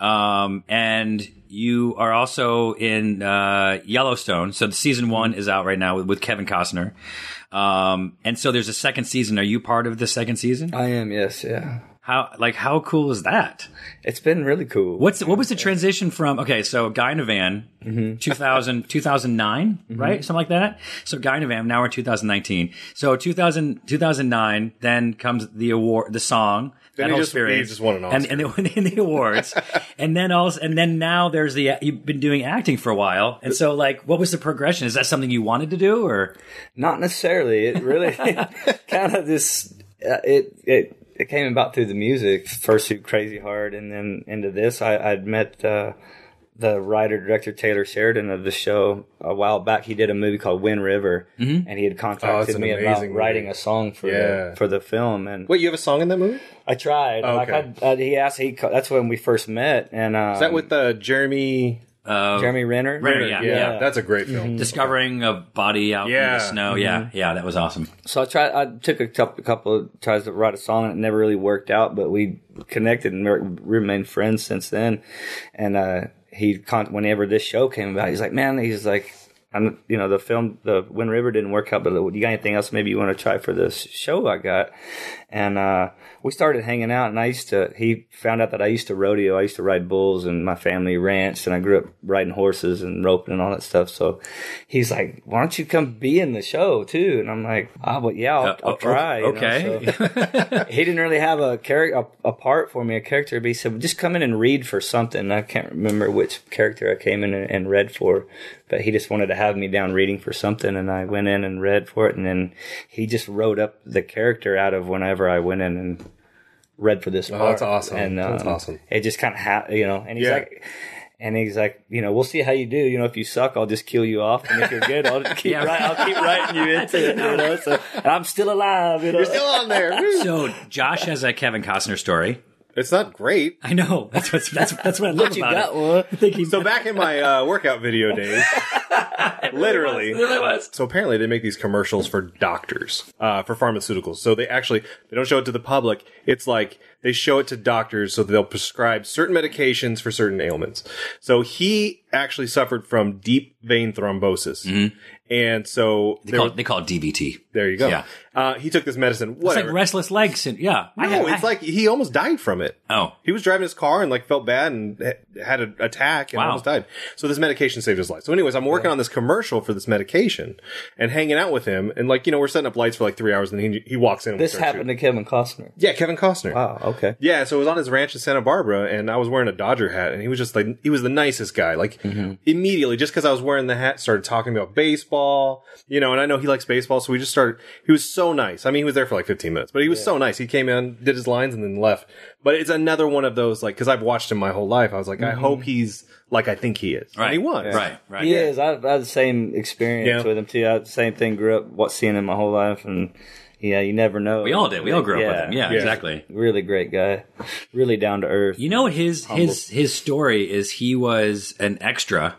um, and you are also in uh, Yellowstone. So the season one is out right now with, with Kevin Costner, um, and so there's a second season. Are you part of the second season? I am. Yes. Yeah. How like how cool is that? It's been really cool. What's what was the transition from? Okay, so Guy in a Van, Mm-hmm. 2000, 2009, right? Mhm. Something like that. So Guy in a Van. Now we're in 2019. So 2000, 2009, Then comes the award, the song. that Then he whole just- he experience. just won an And- and, they won the (laughs) (laughs) awards, and then also, and then now there's the you've been doing acting for a while, and so like, what was the progression? Is that something you wanted to do, or not necessarily? (laughs) It really kind of this. Uh, it it it came about through the music. Fursuit Crazy Hard, and then into this, I, I'd met. Uh, the writer director Taylor Sheridan of the show a while back, he did a movie called Wind River, Mhm. and he Oh, had it's contacted an me about amazing writing movie. a song for Yeah. the, for the film. And Wait, you have a song in that movie? I tried. Okay. Like I, I, he asked. He ca- that's when we first met. And um, Is that with uh, Jeremy? Uh, Jeremy Renner? Renner, yeah, yeah. that's a great film. discovering a body out in Yeah. the snow? Yeah, Mm-hmm. yeah, that was awesome. So I tried. I took a couple, couple of tries to write a song, and it never really worked out. But we connected and re- remained friends since then. And uh, he, con- whenever this show came about, he's like, "Man, he's like, I'm, you know, the film, the Wind River didn't work out, but uh, you got anything else? Maybe you want to try for this show I got." And uh, we started hanging out, and I used to. He found out that I used to rodeo. I used to ride bulls, and my family ranched, and I grew up riding horses and roping and all that stuff. So he's like, "Why don't you come be in the show too?" And I'm like, "Ah, but yeah, I'll, I'll try." you know, so- okay. he didn't really have a character a, a part for me, a character. But he said, "Just come in and read for something." And I can't remember which character I came in and, and read for, but he just wanted to have me down reading for something, and I went in and read for it, and then he just wrote up the character out of whenever I went in and read for this. Oh, part. that's awesome. And That's um, awesome. It just kind of ha- you know, and he's Yeah. like. And he's like, you know, we'll see how you do. You know, if you suck, I'll just kill you off. And if you're good, I'll (laughs) just keep, Yeah. write, I'll keep writing you into it. You know, so and I'm still alive. You Mm-hmm. know? so Josh has a Kevin Costner story. (laughs) It's not great. I know. That's what's that's that's what I love But you about got it. so back in my uh, workout video days, (laughs) literally, So apparently, they make these commercials for doctors uh, for pharmaceuticals. So they actually they don't show it to the public. It's like they show it to doctors so that they'll prescribe certain medications for certain ailments. So he actually suffered from deep vein thrombosis, and so They call, Mm-hmm. it, they call it DVT. There you go. Yeah. Uh, he took this medicine. It's Whatever. like restless legs. syn- yeah. I- No, I- it's like he almost died from it. Oh, he was driving his car and like felt bad and ha- had an attack and Wow. almost died. So this medication saved his life. So, anyways, I'm working on this commercial for this medication and hanging out with him and like you know we're setting up lights for like three hours and he he walks in. And we This start happened to Kevin Costner. Yeah, Kevin Costner. Wow. Okay. shooting. Yeah, so it was on his ranch in Santa Barbara, and I was wearing a Dodger hat, and he was just like, he was the nicest guy. Like, immediately, just because I was wearing the hat, started talking about baseball, you know, and I know he likes baseball, so we just started started. He was so nice. I mean, he was there for like 15 minutes, but he was so nice. He came in, did his lines, and then left. But it's another one of those like because I've watched him my whole life. I was like, I Mhm. hope he's like I think he is. And he was. He is. I, I had the same experience Yeah. with him too. I had the same thing. Grew up what seeing him my whole life, and yeah, you never know. We all did. We all grew up with him. Yeah, exactly. Really great guy. Really down to earth. You know his Humble. his his story is he was an extra,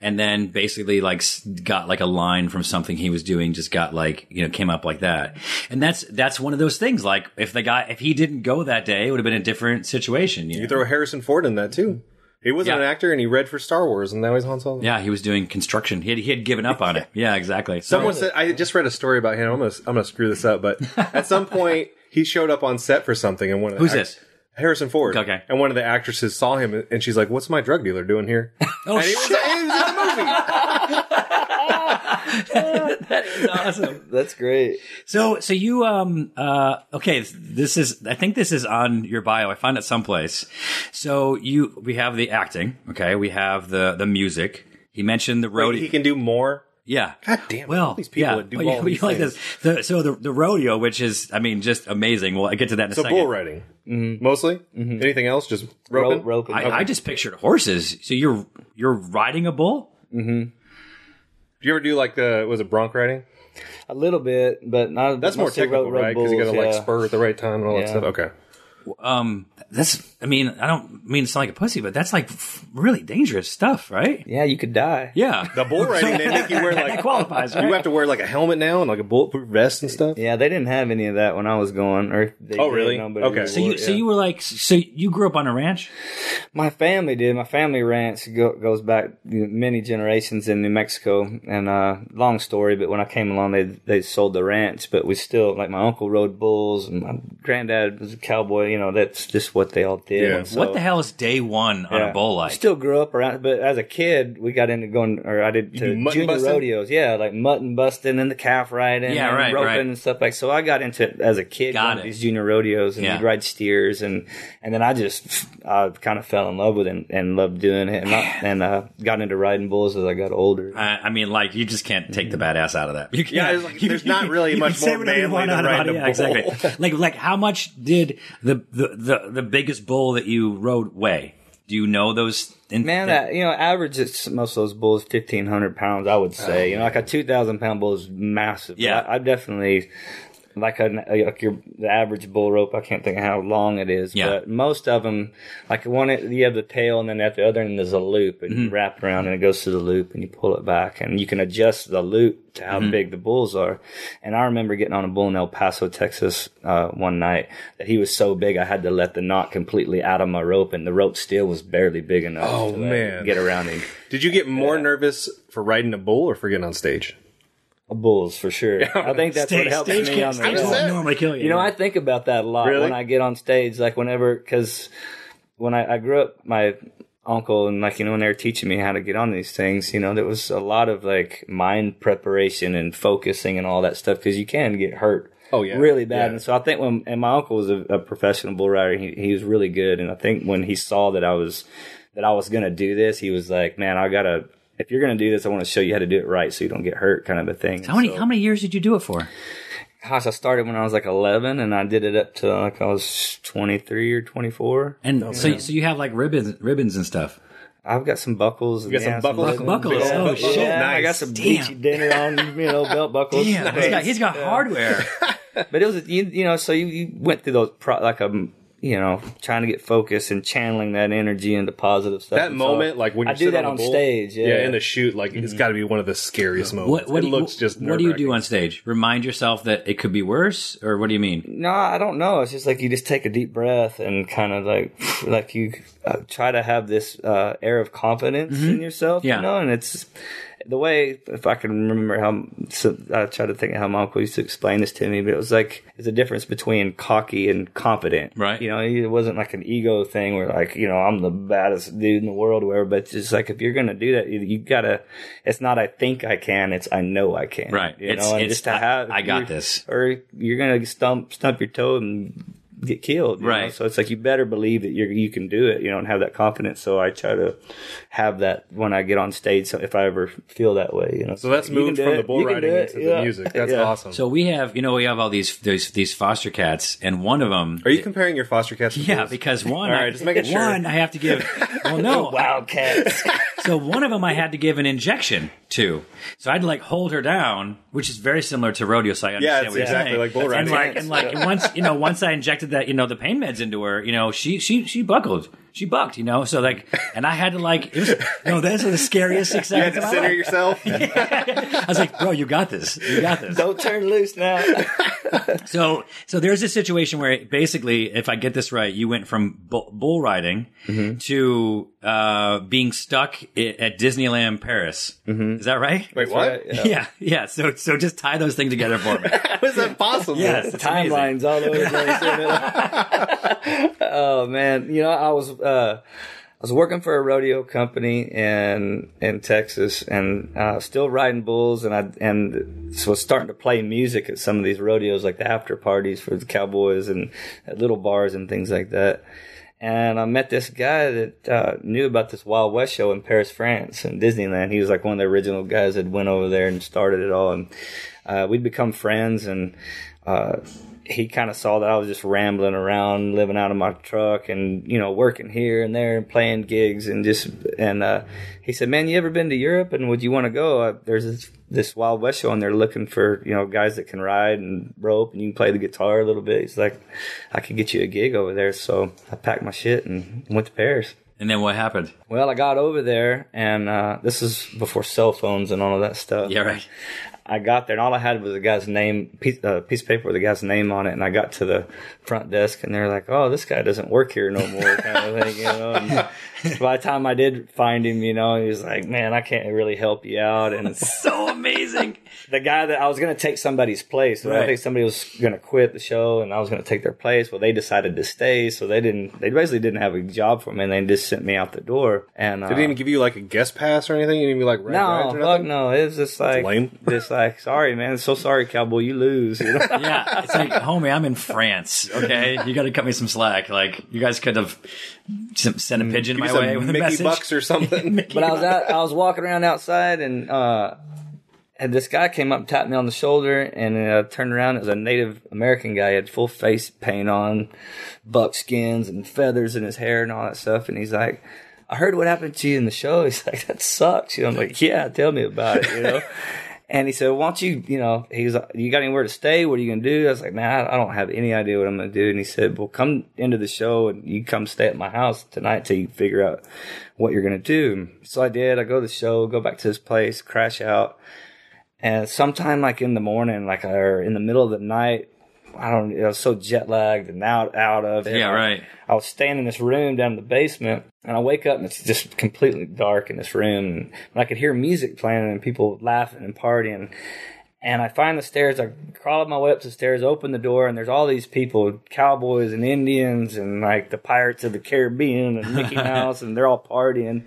and then basically like s- got like a line from something he was doing, just got like you know came up like that, and that's that's one of those things. Like if the guy if he didn't go that day, it would have been a different situation. You, You throw Harrison Ford in that too. He wasn't Yeah. an actor, and he read for Star Wars, and now he's Han Solo. yeah, he was doing construction. He had, he had given (laughs) up on it. Yeah, exactly. Someone said I just read a story about him. I'm gonna I'm gonna screw this up, (laughs) but at some point he showed up on set for something, and one of the Who's act- this? Harrison Ford. Okay. And one of the actresses saw him, and she's like, "What's my drug dealer doing here?" (laughs) Oh, and he was, he was in the movie. awesome. That's great. So, so you, um, uh, okay, this is, I think this is on your bio. I found it someplace. So you, we have the acting. Okay. We have the, the music. He mentioned the rodeo. he can do more. Yeah. God damn. it, Well, all these people yeah, that do but all (laughs) you, these like things. this. The, so the, the rodeo, which is, I mean, just amazing. Well, I get to that in a So second. Mm-hmm. bull riding mostly. Anything else? Just roping. I, I just pictured horses. So you're, you're riding a bull? Mm-hmm. Do you ever do like the was it bronc riding? A little bit, but not. That's more mostly technical, road- road right? Because you got bulls, to like yeah. spur at the right time and all that Yeah. (laughs) stuff. Okay. Um, that's, I mean, I don't mean to sound like a pussy, but that's like f- really dangerous stuff, right? Yeah, you could die. Yeah. The bull riding, they make you wear like qualifies. You have to wear like a helmet now and like a bulletproof vest and stuff. Yeah, they didn't have any of that when I was going. Or they Oh, did, really? nobody Okay. really So you, wore it, so yeah. you were like, so you grew up on a ranch? My family did. My family ranch go, goes back many generations in New Mexico, and uh, long story. But when I came along, they they sold the ranch, but we still like my uncle rode bulls, and my granddad was a cowboy. You know, that's just what they all did. And so- what the hell is day one on yeah. a bull like? Still grew up around, but as a kid, we got into going, or I did do to mutton junior busting? rodeos. Yeah, like mutton busting and the calf riding, Yeah, and right, roping right. and stuff like. So I got into it as a kid. Got going to These junior rodeos, and Yeah. you'd ride steers, and and then I just I kind of fell in love with it and, and loved doing it, (sighs) and, I, and uh, got into riding bulls as I got older. I, I mean, like you just can't take the badass out of that. (laughs) You can't, Yeah, there's, like- there's not really you much can say more whatever you manly want than out about riding it. a Yeah, (laughs) exactly. like, like how much did the, the the the biggest bull that you rode weigh? Do you know those? In, Man, that, you know, average it's most of those bulls fifteen hundred pounds. I would say, you know, like a two thousand pound bull is massive. Yeah, I, I definitely like a like your the average bull rope. I can't think of how long it is, Yeah. but most of them, like one, end- you have the tail, and then at the other end there's a loop, and you Mhm. wrap around, and it goes to the loop, and you pull it back, and you can adjust the loop to how Mhm. big the bulls are. And I remember getting on a bull in El Paso, Texas, uh, one night that he was so big I had to let the knot completely out of my rope, and the rope still was barely big enough Oh, to, like, man. get around him. Did you get more nervous for riding a bull or for getting on stage? Bulls for sure. I think that's Stage- what helps stage me kill- on the stage road. kill normally kill you, You know, yeah. I think about that a lot Really? when I get on stage. Like whenever, because when I, I grew up, my uncle and like you know when they were teaching me how to get on these things, you know, there was a lot of like mind preparation and focusing and all that stuff because you can get hurt. Oh yeah, really bad. Yeah. And so I think when and my uncle was a, a professional bull rider, he he was really good. And I think when he saw that I was that I was gonna do this, he was like, "Man, I gotta." If you're gonna do this, I want to show you how to do it right, so you don't get hurt, kind of a thing. how many So- how many years did you do it for? Gosh, I started when I was like 11, and I did it up to like I was 23 or 24. And Oh, so yeah. so you have like ribbons ribbons and stuff. I've got some buckles. You got some yeah, buckles? ribbons. Buckles, Yeah, oh, buckles. shit. Yeah, I Nice. got some Damn. beachy dinner on, you know, belt buckles. Damn, he's got- he's got (laughs) hardware. but it was, you, you know, so you, you went through those, pro, like a, you know, trying to get focused and channeling that energy into positive stuff. That And so moment, like when you I do sit that a on, bull, stage, yeah, in the shoot, like it's got to be one of the scariest moments. What, what it do you, looks just. what do you nerve-wracking. do on stage? Remind yourself that it could be worse, or what do you mean? No, I don't know. It's just like you just take a deep breath and kind of like (sighs) like you uh, try to have this uh, air of confidence in yourself. Yeah. You know, and it's the way if I can remember how so I try to think of how my uncle used to explain this to me, but it was like it's a difference between cocky and confident. Right. You know, it wasn't like an ego thing where like you know I'm the baddest dude in the world, or whatever. But it's just like if you're gonna do that, you, you gotta. It's not I think I can. It's I know I can. Right. You It's- know, and it's just to I- have I got you're- this. or you're gonna stump stump your toe and get killed. you know? Right. So it's like you better believe that you you can do it. You don't have that confidence. So I try to have that when I get on stage. So if I ever feel that way, you know. So that's You can moved do from it. the bull You can riding do it. into the Yeah. music. That's Yeah. awesome. So we have, you know, we have all these these, these foster cats, and one of them. Are you comparing your foster cats? To yeah, because one. All I- right, just making sure. One, I have to give. Well, (laughs) no, wildcats. so one of them, I had to give an injection to. So I'd like hold her down, which is very similar to rodeo. So I Yeah, understand it's what you're exactly saying. like bull And riding. like, and like, and once you know, once I injected that, you know, the pain meds into her, you know, she she she buckled. She bucked, you know. So like, and I had to like, it was, no, that's the scariest six You had seconds. to of my center life. yourself. I was like, bro, you got this. You got this. Don't turn loose now. So, so there's a situation where basically, if I get this right, you went from bull, bull riding to uh, being stuck i- at Disneyland Paris. Mm-hmm. Is that right? Wait, That's what? right, yeah. yeah. yeah, So, so just tie those things together for me. How is that possible? Yes, it's timelines all over the place. isn't (laughs) it? oh man, you know I was uh, I was working for a rodeo company in in Texas, and uh, still riding bulls, and I and so I was starting to play music at some of these rodeos, like the after parties for the cowboys and at little bars and things like that. And I met this guy that uh, knew about this Wild West show in Paris, France, in Disneyland. He was like one of the original guys that went over there and started it all. And uh, we'd become friends, and uh, he kind of saw that I was just rambling around, living out of my truck, and you know, working here and there and playing gigs, and just and uh, he said, "Man, you ever been to Europe? And would you want to go? Uh, there's this, this Wild West show, and they're looking for you know guys that can ride and rope, and you can play the guitar a little bit." He's like, "I could get you a gig over there." So I packed my shit and went to Paris. And then what happened? Well, I got over there, and uh, this is before cell phones and all of that stuff. Yeah, right. I got there, and all I had was a guy's name, piece, uh, piece of paper with a guy's name on it. And I got to the front desk, and they're like, "Oh, this guy doesn't work here no more," kind of thing, you know. And by the time I did find him, you know, he was like, "Man, I can't really help you out." And it's so amazing. the guy that I was going to take somebody's place, but Right. I think somebody was going to quit the show, and I was going to take their place. Well, they decided to stay, so they didn't. They basically didn't have a job for me, and they just sent me out the door. And uh, Did they even give you like a guest pass or anything? You didn't even like ride rides no, or fuck nothing? no. It was just like lame. just like sorry, man. So sorry, cowboy. You lose. You know? yeah, it's like, homie, I'm in France. Okay, you got to cut me some slack. Like, you guys could have s- sent a pigeon Give my you some way with a Mickey message. bucks or something. (laughs) but I was out, I was walking around outside, and uh, and this guy came up, and tapped me on the shoulder, and uh, I turned around. It was a Native American guy. He had full face paint on, buckskins and feathers in his hair and all that stuff. And he's like, "I heard what happened to you in the show." He's like, "That sucks." You know, I'm like, "Yeah, tell me about it." (laughs) You know. And he said, "Why don't you, you know?" He was, like, "You got anywhere to stay? What are you gonna do?" I was like, "Man, I I don't have any idea what I'm gonna do." And he said, "Well, come into the show and you come stay at my house tonight till you figure out what you're gonna do." So I did. I go to the show, go back to his place, crash out, and sometime like in the morning, like or in the middle of the night, I don't. I was so jet lagged and out out of it. Yeah, right. I was staying in this room down in the basement, and I wake up and it's just completely dark in this room, and I could hear music playing and people laughing and partying. And I find the stairs. I crawl up my way up the stairs, open the door, and there's all these people, cowboys and Indians, and like the Pirates of the Caribbean and (laughs) Mickey Mouse, and they're all partying,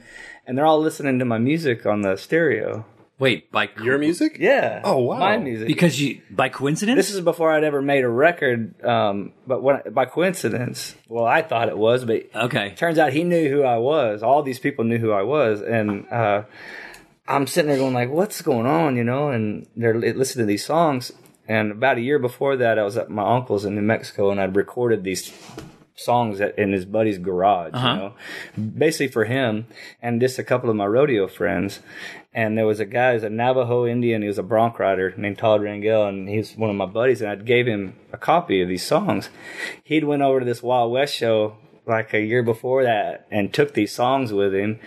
and they're all listening to my music on the stereo. Wait, by your music? Yeah. Oh wow. My music. Because you by coincidence. This is before I'd ever made a record, um, but when, by coincidence, well, I thought it was, but okay. Turns out he knew who I was. All these people knew who I was, and uh, I'm sitting there going like, "What's going on?" You know, and they're li- listening to these songs. And about a year before that, I was at my uncle's in New Mexico, and I'd recorded these songs at, in his buddy's garage, Uh-huh. you know, basically for him and just a couple of my rodeo friends. And there was a guy, who's a Navajo Indian, he was a bronc rider named Todd Rangel, and he was one of my buddies. And I gave him a copy of these songs. He'd went over to this Wild West show like a year before that and took these songs with him.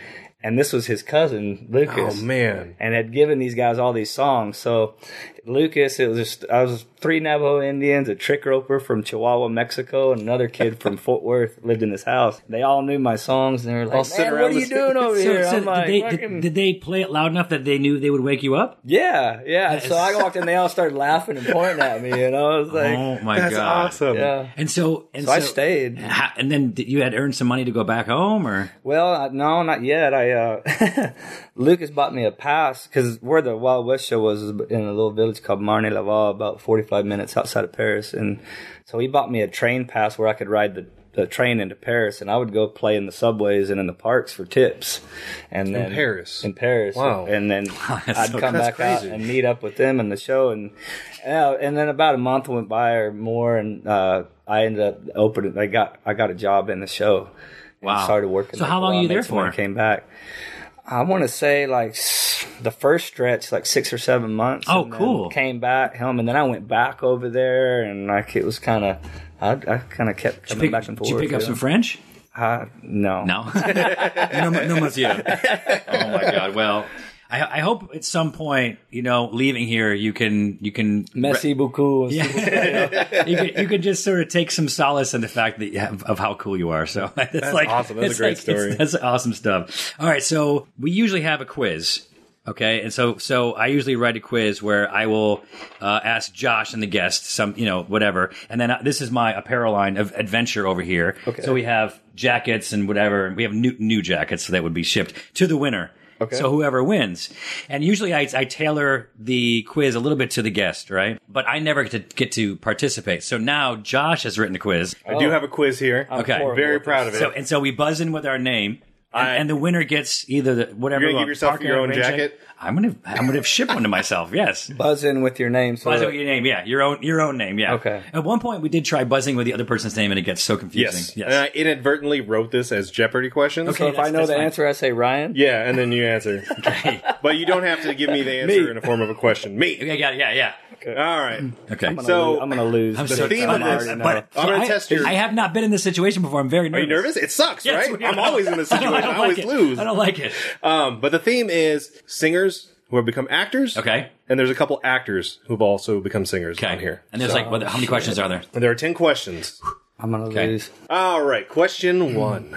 And this was his cousin Lucas. Oh, man. And had given these guys all these songs. So Lucas, it was just I was three Navajo Indians, a trick roper from Chihuahua, Mexico, and another kid from Fort Worth lived in his house. They all knew my songs, and they were like, All "Man, what are you doing (laughs) over So- here?" so I'm like, did, they, "Fucking- did, did they play it loud enough that they knew they would wake you up? (laughs) "Yeah, yeah." That So is- I walked in, they all started laughing and pointing at me, and I was like, oh my god, Yeah. And so, and So I stayed. Ha- And then did- you had earned some money to go back home, or Well, uh, no, not yet. (laughs) I uh, Lucas bought me a pass because where the Wild West show was is in a little village village called Marne-Laval, about 45 minutes outside of Paris. And so he bought me a train pass where I could ride the, the train into Paris, and I would go play in the subways and in the parks for tips. And In then Paris? in Paris, Wow. And then (laughs) That's I'd so- come that's back out crazy. and meet up with them in the show, and yeah, Oh, and then about a month went by or more, and uh, I ended up opening. I got I got a job in the show. and Wow. started working. So how long while are you I made there some money, for? Came back. I want to say like s- the first stretch, like six or seven months. Oh, and then cool. Came back home, and then I went back over there, and like it was kind of, I, I kind of kept coming pick- back and did forth. you pick up yeah. some French? Uh, no, no, no, no, monsieur. Oh my god. Well, I, I hope at some point, you know, leaving here, you can you can Merci beaucoup. Yeah. you, can, you can just sort of take some solace in the fact that you have, of how cool you are. So (laughs) it's That's like awesome. That's it's a great like- story. it's- That's awesome stuff. All right, so we usually have a quiz. Okay, and so so I usually write a quiz where I will uh, ask Josh and the guest some you know whatever, and then uh, this is my apparel line of adventure over here. Okay, so we have jackets and whatever, and we have new new jackets that would be shipped to the winner. Okay. So whoever wins, and usually I, I tailor the quiz a little bit to the guest, right? But I never get to, get to participate. So now Josh has written a quiz. I do have a quiz here. Okay, Very proud of it. So, and so we buzz in with our name, and, and the winner gets either the, whatever. we You're gonna give want, yourself Parker your own Rain jacket? I'm gonna I'm gonna ship one to myself. (laughs) Yes, buzz in with your name. So buzz in that- with your name. Yeah, your own your own name. Yeah. Okay. At one point, we did try buzzing with the other person's name, and it gets so confusing. Yes. And I inadvertently wrote this as Jeopardy questions. Okay, So if that's- I know that's the fine. answer, I say Ryan. Yeah, and then you (laughs) answer. But you don't have to give me the answer Me. in the form of a question. Me. Okay. Yeah. Yeah. Yeah. All right. Okay. I'm gonna so I'm gonna lose. I'm the so theme of excited. this, But I'm gonna I- test your. I have not been in this situation before. I'm very Are nervous. you nervous? It sucks, Yes, right? we- I'm always in this (laughs) I don't- situation. I I, don't always like it. lose. I don't like it. Um, but the theme is singers who have become actors. Okay. And there's a couple actors who've also become singers on here. And there's like, what, how many questions are there? And there are ten questions. I'm gonna lose. All right, question one.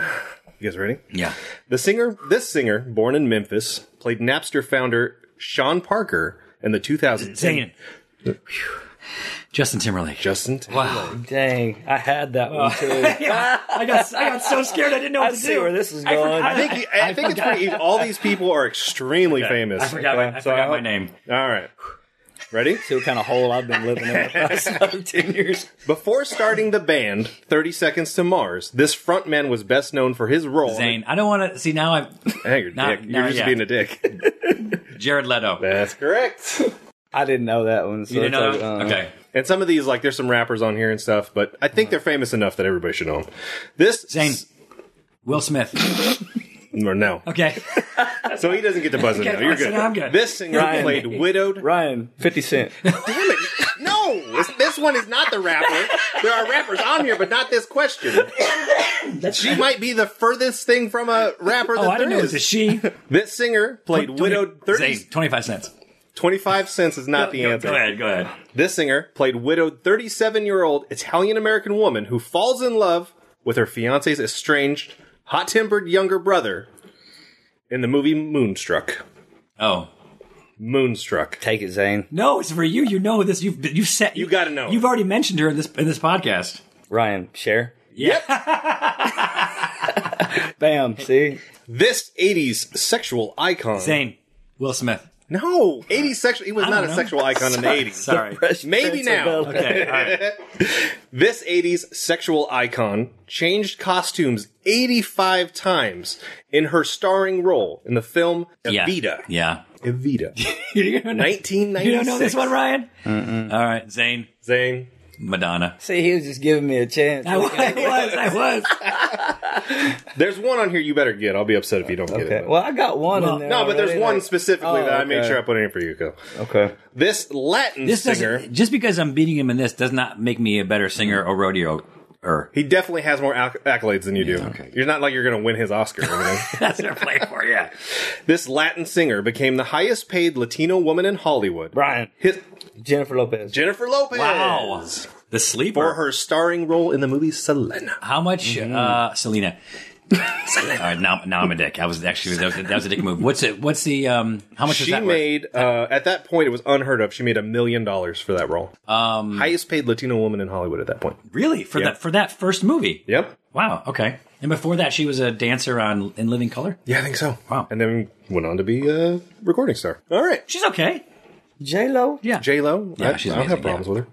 You guys ready? Yeah. The singer, this singer, born in Memphis, played Napster founder Sean Parker in the 2010. Zane. Justin Timberlake. Justin Timberlake. Wow. Dang, I had that one (laughs) too. Yeah, I got I got so scared I didn't know what I to see do. where this is Uh, I going. forgot- I think, I, think it's forgot. pretty. All these people are extremely Okay. famous. I forgot my- I forgot my name. All right. Ready? See what kind of hole I've been living in the (laughs) last 10 years. Before starting the band, 30 Seconds to Mars, this frontman was best known for his role. Zane, I don't want to see now. I Hey, you're, a Now- dick. now, you're just yeah. being (laughs) a dick. Jared Leto. That's correct. I didn't know that one. So You didn't know it's that like, one? uh, Okay. And some of these, like, there's some rappers on here and stuff, but I think they're famous enough that everybody should know them. This (laughs) Zane, Will Smith. or no, Okay. so he doesn't get to buzz in Okay, now. You're so good. now I'm good. This singer Ryan. played widowed. Ryan, (laughs) 50 Cent. No, it's, this one is not the rapper. there are rappers on here, but not this question. she might be the furthest thing from a rapper. Oh, that I didn't there know it was is. a she. This singer played Twenty- widowed. 30, Zane, twenty-five cents. 25 cents is not Go- the go- answer. Go ahead. Go ahead. This singer played widowed 37 year old Italian American woman who falls in love with her fiance's estranged, hot tempered younger brother in the movie Moonstruck. Oh. Moonstruck. Take it, Zane. No, it's for you. You know this. You've you've set. You gotta know. You've already mentioned her in this in this podcast. Ryan, share. Yeah. (laughs) Bam, see? This 80s sexual icon. Zane, Will Smith. No, 80s sexual. He was I not don't a know. sexual icon in the Sorry, 80s. (laughs) sorry. Maybe Prince now. of Bel-Air. Okay, all right. This 80s sexual icon changed costumes 85 times in her starring role in the film Yeah. Evita. Yeah. Evita. (laughs) You don't know- 1996. you don't know this one, Ryan? All right, Zane. Zane. Madonna. (laughs) See, he was just giving me a chance. (laughs) I was. I was. (laughs) There's one on here you better get. I'll be upset if you don't get Okay. it. Well, I got one in there. no, but there's already, one like- specifically Oh, that I made okay. sure I put in for you. Go. Okay. This Latin This singer. doesn't. Just because I'm beating him in this does not make me a better singer or rodeo. Or He definitely has more acc- accolades than you do. You're not like you're going to win his Oscar. (laughs) Or (laughs) anything. that's their play for. Yeah. this Latin singer became the highest paid Latino woman in Hollywood. Ryan, His- Jennifer Lopez. Jennifer Lopez. Wow. The sleeper. For her starring role in the movie Selena. How much, uh, Selena? All right, now now I'm a dick. I was actually that was, that was a dick move. What's it? What's the um? How much is She that made, uh, at that point, it was unheard of. She made a million dollars for that role. worth? Um, Highest paid Latino woman in Hollywood at that point. really for Yeah. that for that first movie. Yep. Wow. Okay. And before that, she was a dancer on in Living Color. Yeah, I think so. Wow. And then went on to be a recording star. All right. She's okay. J Lo? Yeah. J Lo? Yeah, I, she's I don't amazing, have problems with her.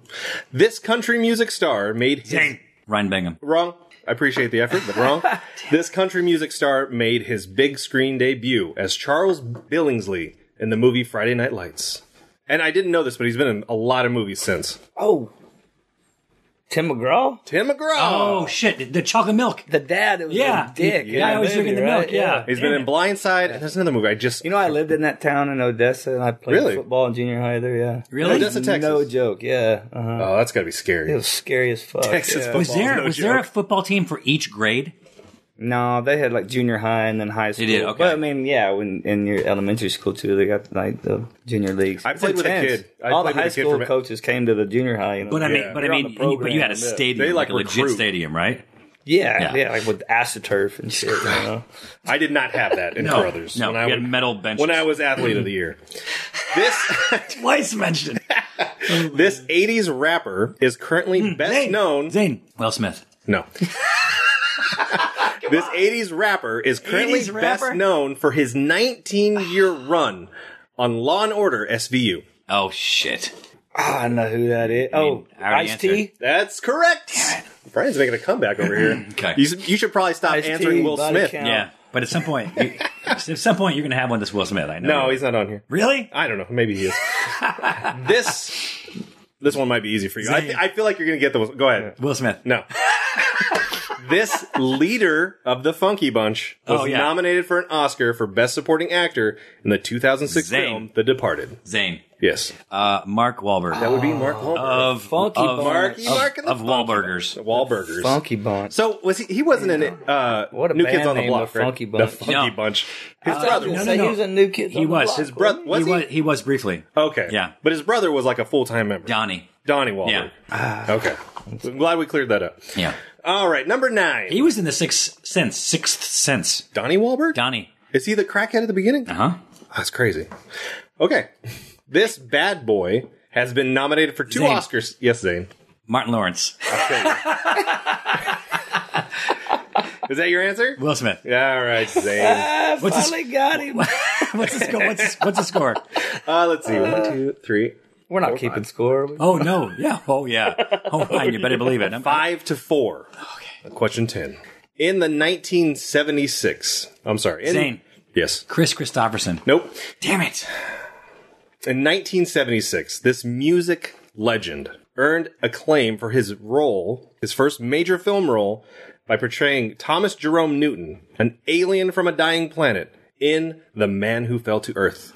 This country music star made his. Dang. Ryan Bingham. Wrong. I appreciate the effort, (laughs) but wrong. this country music star made his big screen debut as Charles Billingsley in the movie Friday Night Lights. And I didn't know this, but he's been in a lot of movies since. Oh. Tim McGraw? Tim McGraw. Oh shit! The, the chocolate milk. The dad. It was yeah. a dick in Yeah, I that was movie, drinking the right? milk. Yeah. He's been in Blindside. and There's another movie. I just you know I lived in that town in Odessa and I played Really? football in junior high there. Yeah, Really? Odessa, Texas. No joke. Yeah. Uh-huh. Oh, that's gotta be scary. It was scary as fuck. Texas yeah. football. Was there no was there a joke. football team for each grade? No, they had like junior high and then high school. did, okay. But I mean, yeah, when in your elementary school too, they got like the junior leagues. I It's played with a intense. kid. I All the played with high a kid school from- coaches came to the junior high. You know? But I mean, Yeah. but I You're on mean, the you, but you had a program, yeah. stadium, They, like, like, a legit recruit. stadium, right? Yeah, Yeah. yeah, like with astroturf and shit. You know? I did not have that (laughs) in No, Brothers. no, I we had would- metal benches. When I was athlete of (clears throat) the year. This Twice (laughs) mentioned. this 80s rapper is currently Hmm, best known Zane. Will Smith. (laughs) No. this 80s rapper is currently 80s rapper? best known for his 19 (sighs) year run on Law and Order SVU. Oh shit. Ah, I know who that is. Oh, I already Ice T. That's correct. Brian's making a comeback over here. (clears throat) Okay. You, s- you should probably stop Ice-T, answering Will body Smith. count. Yeah. But at some point, (laughs) you, at some point, you're gonna have one that's Will Smith. I know. No, he's not on here. really. I don't know. (laughs) Maybe he is. this this one might be easy for you. I, Zane. I feel like you're going to get the one. Go ahead. Will Smith. (laughs) No. this leader of the Funky Bunch was Oh, yeah. nominated for an Oscar for Best Supporting Actor in the 2006 Zane. film The Departed. Zane. Yes. Uh, Mark Wahlberg. That would be Mark Wahlberg. Uh, of Funky of, Bunch. Marky of, Mark and the of Wahlburgers. Wahlburgers. Funky Bunch. So was he? He wasn't in it. Uh, What a New band Kids on the name, Block. the right? Funky Bunch. The Funky No. Bunch. His I brother. was Uh, no, no, Was, gonna say no. he was a new kid. He was his brother. Was he, he? was he was briefly Okay. Yeah. But his brother was like a full time member. Donnie. Donnie Wahlberg. Ah, Okay. I'm glad we cleared that up. Yeah, All right, number nine. he was in the Sixth Sense. Sixth Sense. Donnie Wahlberg. Donnie. Is he the crackhead at the beginning? Uh huh. That's crazy. Okay. This bad boy has been nominated for two Zane. Oscars. Yes, (laughs) Zane. Martin Lawrence. Is that your answer? Will Smith. All right, Zane. I What's his- finally got him. (laughs) What's the score? What's, the- what's the score? Uh, let's see. One, two, three. We're not keeping score. are we? Oh no! Yeah. Oh yeah. Oh man, you better believe (laughs) it. I'm- Five to four. Okay. Question 10. In the 1976, I'm sorry. In, Zane. Yes. Chris Christopherson. Nope. Damn it. In 1976, this music legend earned acclaim for his role, his first major film role, by portraying Thomas Jerome Newton, an alien from a dying planet, in The Man Who Fell to Earth.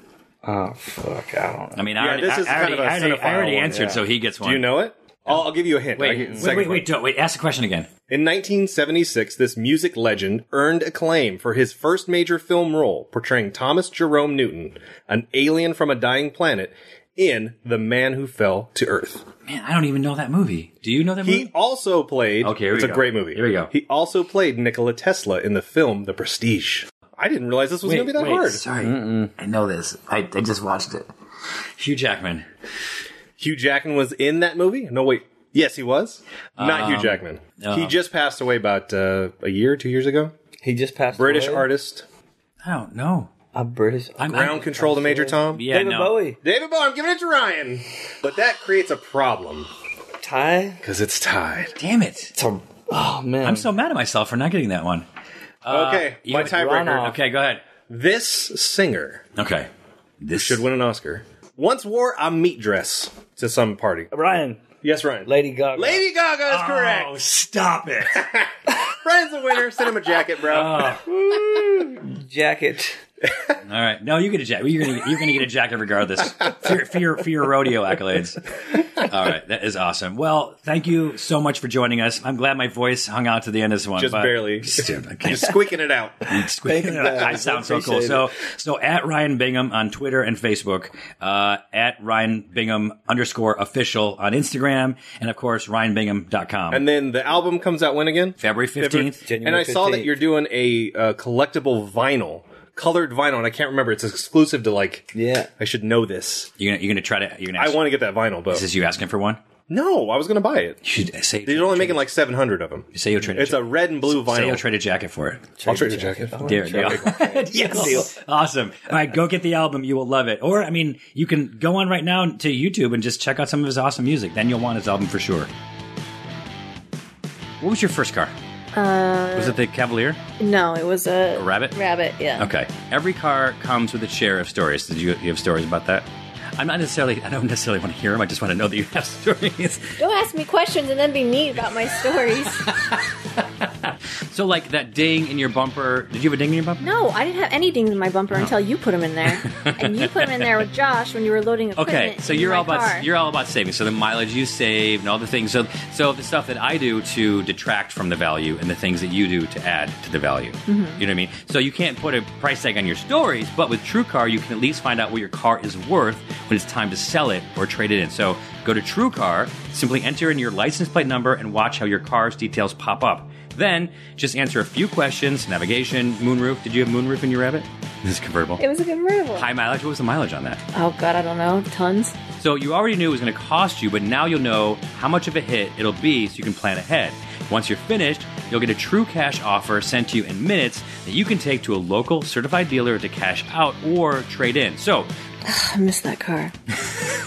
Oh fuck! I don't know. I mean, Yeah, I already, this is I, I kind already, of I a already, I cinephile already one, answered, yeah. so he gets one. Do you know it? I'll, I'll give you a hint. I Wait, get- wait, second wait, one. wait, don't, wait. Ask the question again. In 1976, this music legend earned acclaim for his first major film role, portraying Thomas Jerome Newton, an alien from a dying planet, in The Man Who Fell to Earth. Man, I don't even know that movie. Do you know that He movie? also played. Mm-hmm. Okay, here we it's a go. great movie. Here we go. He also played Nikola Tesla in the film The Prestige. I didn't realize this was going to be that hard. Sorry, I know this. I, I just watched it. Hugh Jackman. Hugh Jackman was in that movie. No, wait. Yes, he was. Not Um, Hugh Jackman. uh-huh. he just passed away about uh, a year, two years ago. he just passed. British away? artist. I don't know. A British. I'm, Ground I'm, control to Major Tom. yeah, David no. Bowie. David Bowie, I'm giving it to Ryan. But that creates a problem Ty. because it's tied. Damn it! It's a- oh man. I'm so mad at myself for not getting that one. okay, my Uh, you- tiebreaker. Rana. Okay, go ahead. This singer Okay, this should win an Oscar. Once wore a meat dress to some party. Ryan. Yes, Ryan. Lady Gaga. Lady Gaga is Oh, correct. stop it! Ryan's the winner. Send him a jacket, bro. Jacket. All right, no, you get a jacket. You're gonna you're gonna get a jacket regardless for your, for your, for your rodeo accolades. All right, that is awesome. Well, thank you so much for joining us. I'm glad my voice hung out to the end of this one. Just but- (laughs) barely. Stupid, I can't Just squeaking it out. (laughs) Squeak. Thank you, guys. I sound so cool. Appreciate it. So, so at Ryan Bingham on Twitter and Facebook, uh, at Ryan Bingham underscore official on Instagram, and of course, RyanBingham.com. And then the album comes out when again? February 15th. January And I saw that 15th. you're doing a uh, collectible vinyl, colored vinyl, and I can't remember. It's exclusive to like. Yeah. I should know this. You're going to, you're going to try to, you're going to I ask, want to get that vinyl, but is this you asking for one? No, I was going to buy it. You should say they're only making like seven hundred of them. You say you'll trade. a It's a red and blue vinyl. Say you'll trade a jacket for it. I'll trade a jacket. There, (laughs) there. (laughs) yes. Awesome. All right, go get the album. You will love it. Or, I mean, you can go on right now to YouTube and just check out some of his awesome music. Then you'll want his album for sure. What was your first car? Uh, Was it the Cavalier? No, it was a, A rabbit? Rabbit, yeah. Okay. Every car comes with its share of stories. Did you, you have stories about that? I'm not necessarily. I don't necessarily want to hear them. I just want to know that you have (laughs) stories. Don't ask me questions and then be mean about my (laughs) stories. So, like that ding in your bumper. Did you have a ding in your bumper? no, I didn't have any dings in my bumper Oh. until you put them in (laughs) there, and you put them in there with Josh when you were loading equipment. Okay, so into you're my all about car. you're all about saving. So the mileage you save and all the things. So so the stuff that I do to detract from the value and the things that you do to add to the value. Mm-hmm. Mhm. You know what I mean? So you can't put a price tag on your stories, but with TrueCar you can at least find out what your car is worth when it's time to sell it or trade it in. So go to TrueCar, simply enter in your license plate number and watch how your car's details pop up. Then just answer a few questions: navigation, moonroof. Did you have moonroof in your Rabbit? (laughs) This is convertible. It was a convertible. High mileage. What was the mileage on that? Oh God, I don't know, tons. So you already knew it was going to cost you, but now you'll know how much of a hit it'll be so you can plan ahead. Once you're finished, you'll get a true cash offer sent to you in minutes that you can take to a local certified dealer to cash out or trade in. So, I miss that car.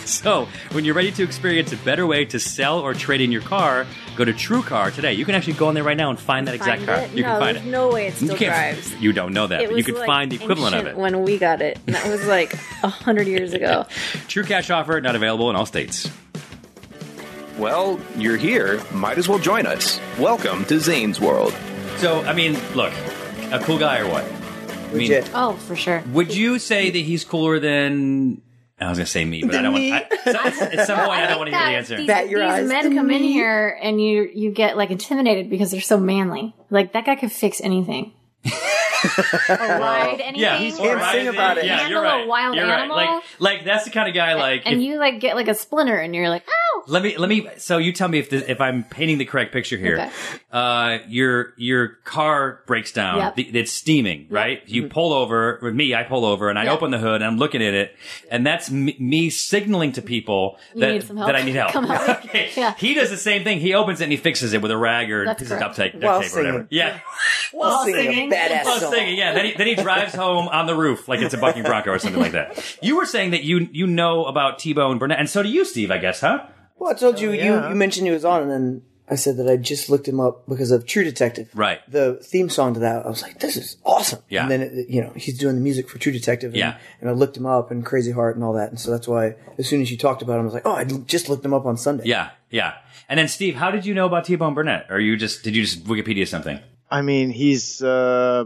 so when you're ready to experience a better way to sell or trade in your car, go to TrueCar today. You can actually go in there right now and find that exact Find car. it? You no, can find there's it. no way it still you can't- drives. You don't know that, it but you was, can like, find the equivalent of it. ancient when we got it. And that was like a hundred years (laughs) ago. True cash offer not available in all states. Well, you're here. Might as well join us. Welcome to Zane's World. So, I mean, look, a cool guy or what? I mean, Oh, for sure. Would you say that he's cooler than? I was gonna say me, but I don't want. I, at some point, I don't want to hear the answer. These, these men come in here and you you get like intimidated because they're so manly. Like that guy could fix anything. Ride anything. Yeah, or Can't sing ride about it. Yeah, you're Handle a right. wild you're right. animal? Like, like that's the kind of guy. Like, and if- you like get like a splinter and you're like, oh, let me, let me. So you tell me if the, if I'm painting the correct picture here. Okay. Uh, your your car breaks down. Yep. Mm-hmm. The- it's steaming, right? You pull over. With me, I pull over and I Yep. open the hood and I'm looking at it, and that's me, me signaling to people You that need some help. that I need help. Come (laughs) help me. Yeah. He does the same thing. He opens it and he fixes it with a rag or a That's piece of duct correct. tape, duct While tape or whatever. singing. (laughs) Yeah. While While singing a singing. badass While song. singing, yeah. Then he, then he drives home on the roof like it's a bucking bronco or something like that. You were saying that you you know about Tebow and Burnett, and so do you, Steve, I guess, huh? Well, I told you, yeah. you you mentioned he was on, and then I said that I just looked him up because of True Detective. Right. The theme song to that, I was like, this is awesome. Yeah. And then, it, you know, he's doing the music for True Detective. And, Yeah. And I looked him up and Crazy Heart and all that. And so that's why, as soon as you talked about him, I was like, oh, I just looked him up on Sunday. Yeah, yeah. And then Steve, how did you know about Tebow and Burnett? Or you just did you just Wikipedia something? I mean, he's uh,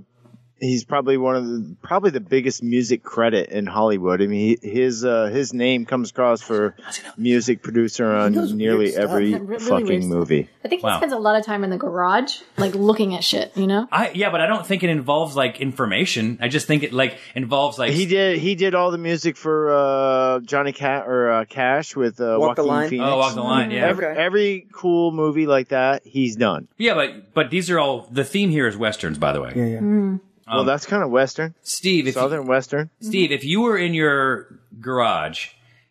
he's probably one of the probably the biggest music credit in Hollywood. I mean, he, his uh, his name comes across for music producer on nearly stuff. every That really weird fucking stuff. movie. I think he Wow. spends a lot of time in the garage, like looking at shit. You know, I yeah, but I don't think it involves like information. I just think it like involves like He did he did all the music for uh, Johnny Cat or uh, Cash with uh, Walk the Joaquin Line? Phoenix. Oh, Walk the Line, yeah. Every, every cool movie like that, he's done. Yeah, but but these are all the theme here is westerns, by the way. Yeah, yeah. well, that's kind of western. Steve, if southern western. Steve, if you were in your garage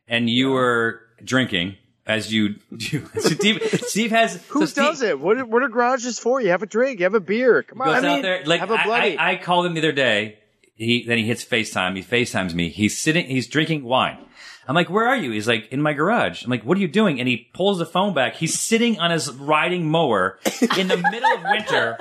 and you were drinking as you do, (laughs) Steve, Steve has Who does it? What are, what are garages for? You have a drink, you have a beer. Come on, goes I mean, out there like have a bloody. I, I, I called him the other day. He then he hits FaceTime. He FaceTimes me. He's sitting. He's drinking wine. I'm like, where are you? He's like, in my garage. I'm like, what are you doing? And he pulls the phone back. He's sitting on his riding mower in the middle of (laughs) winter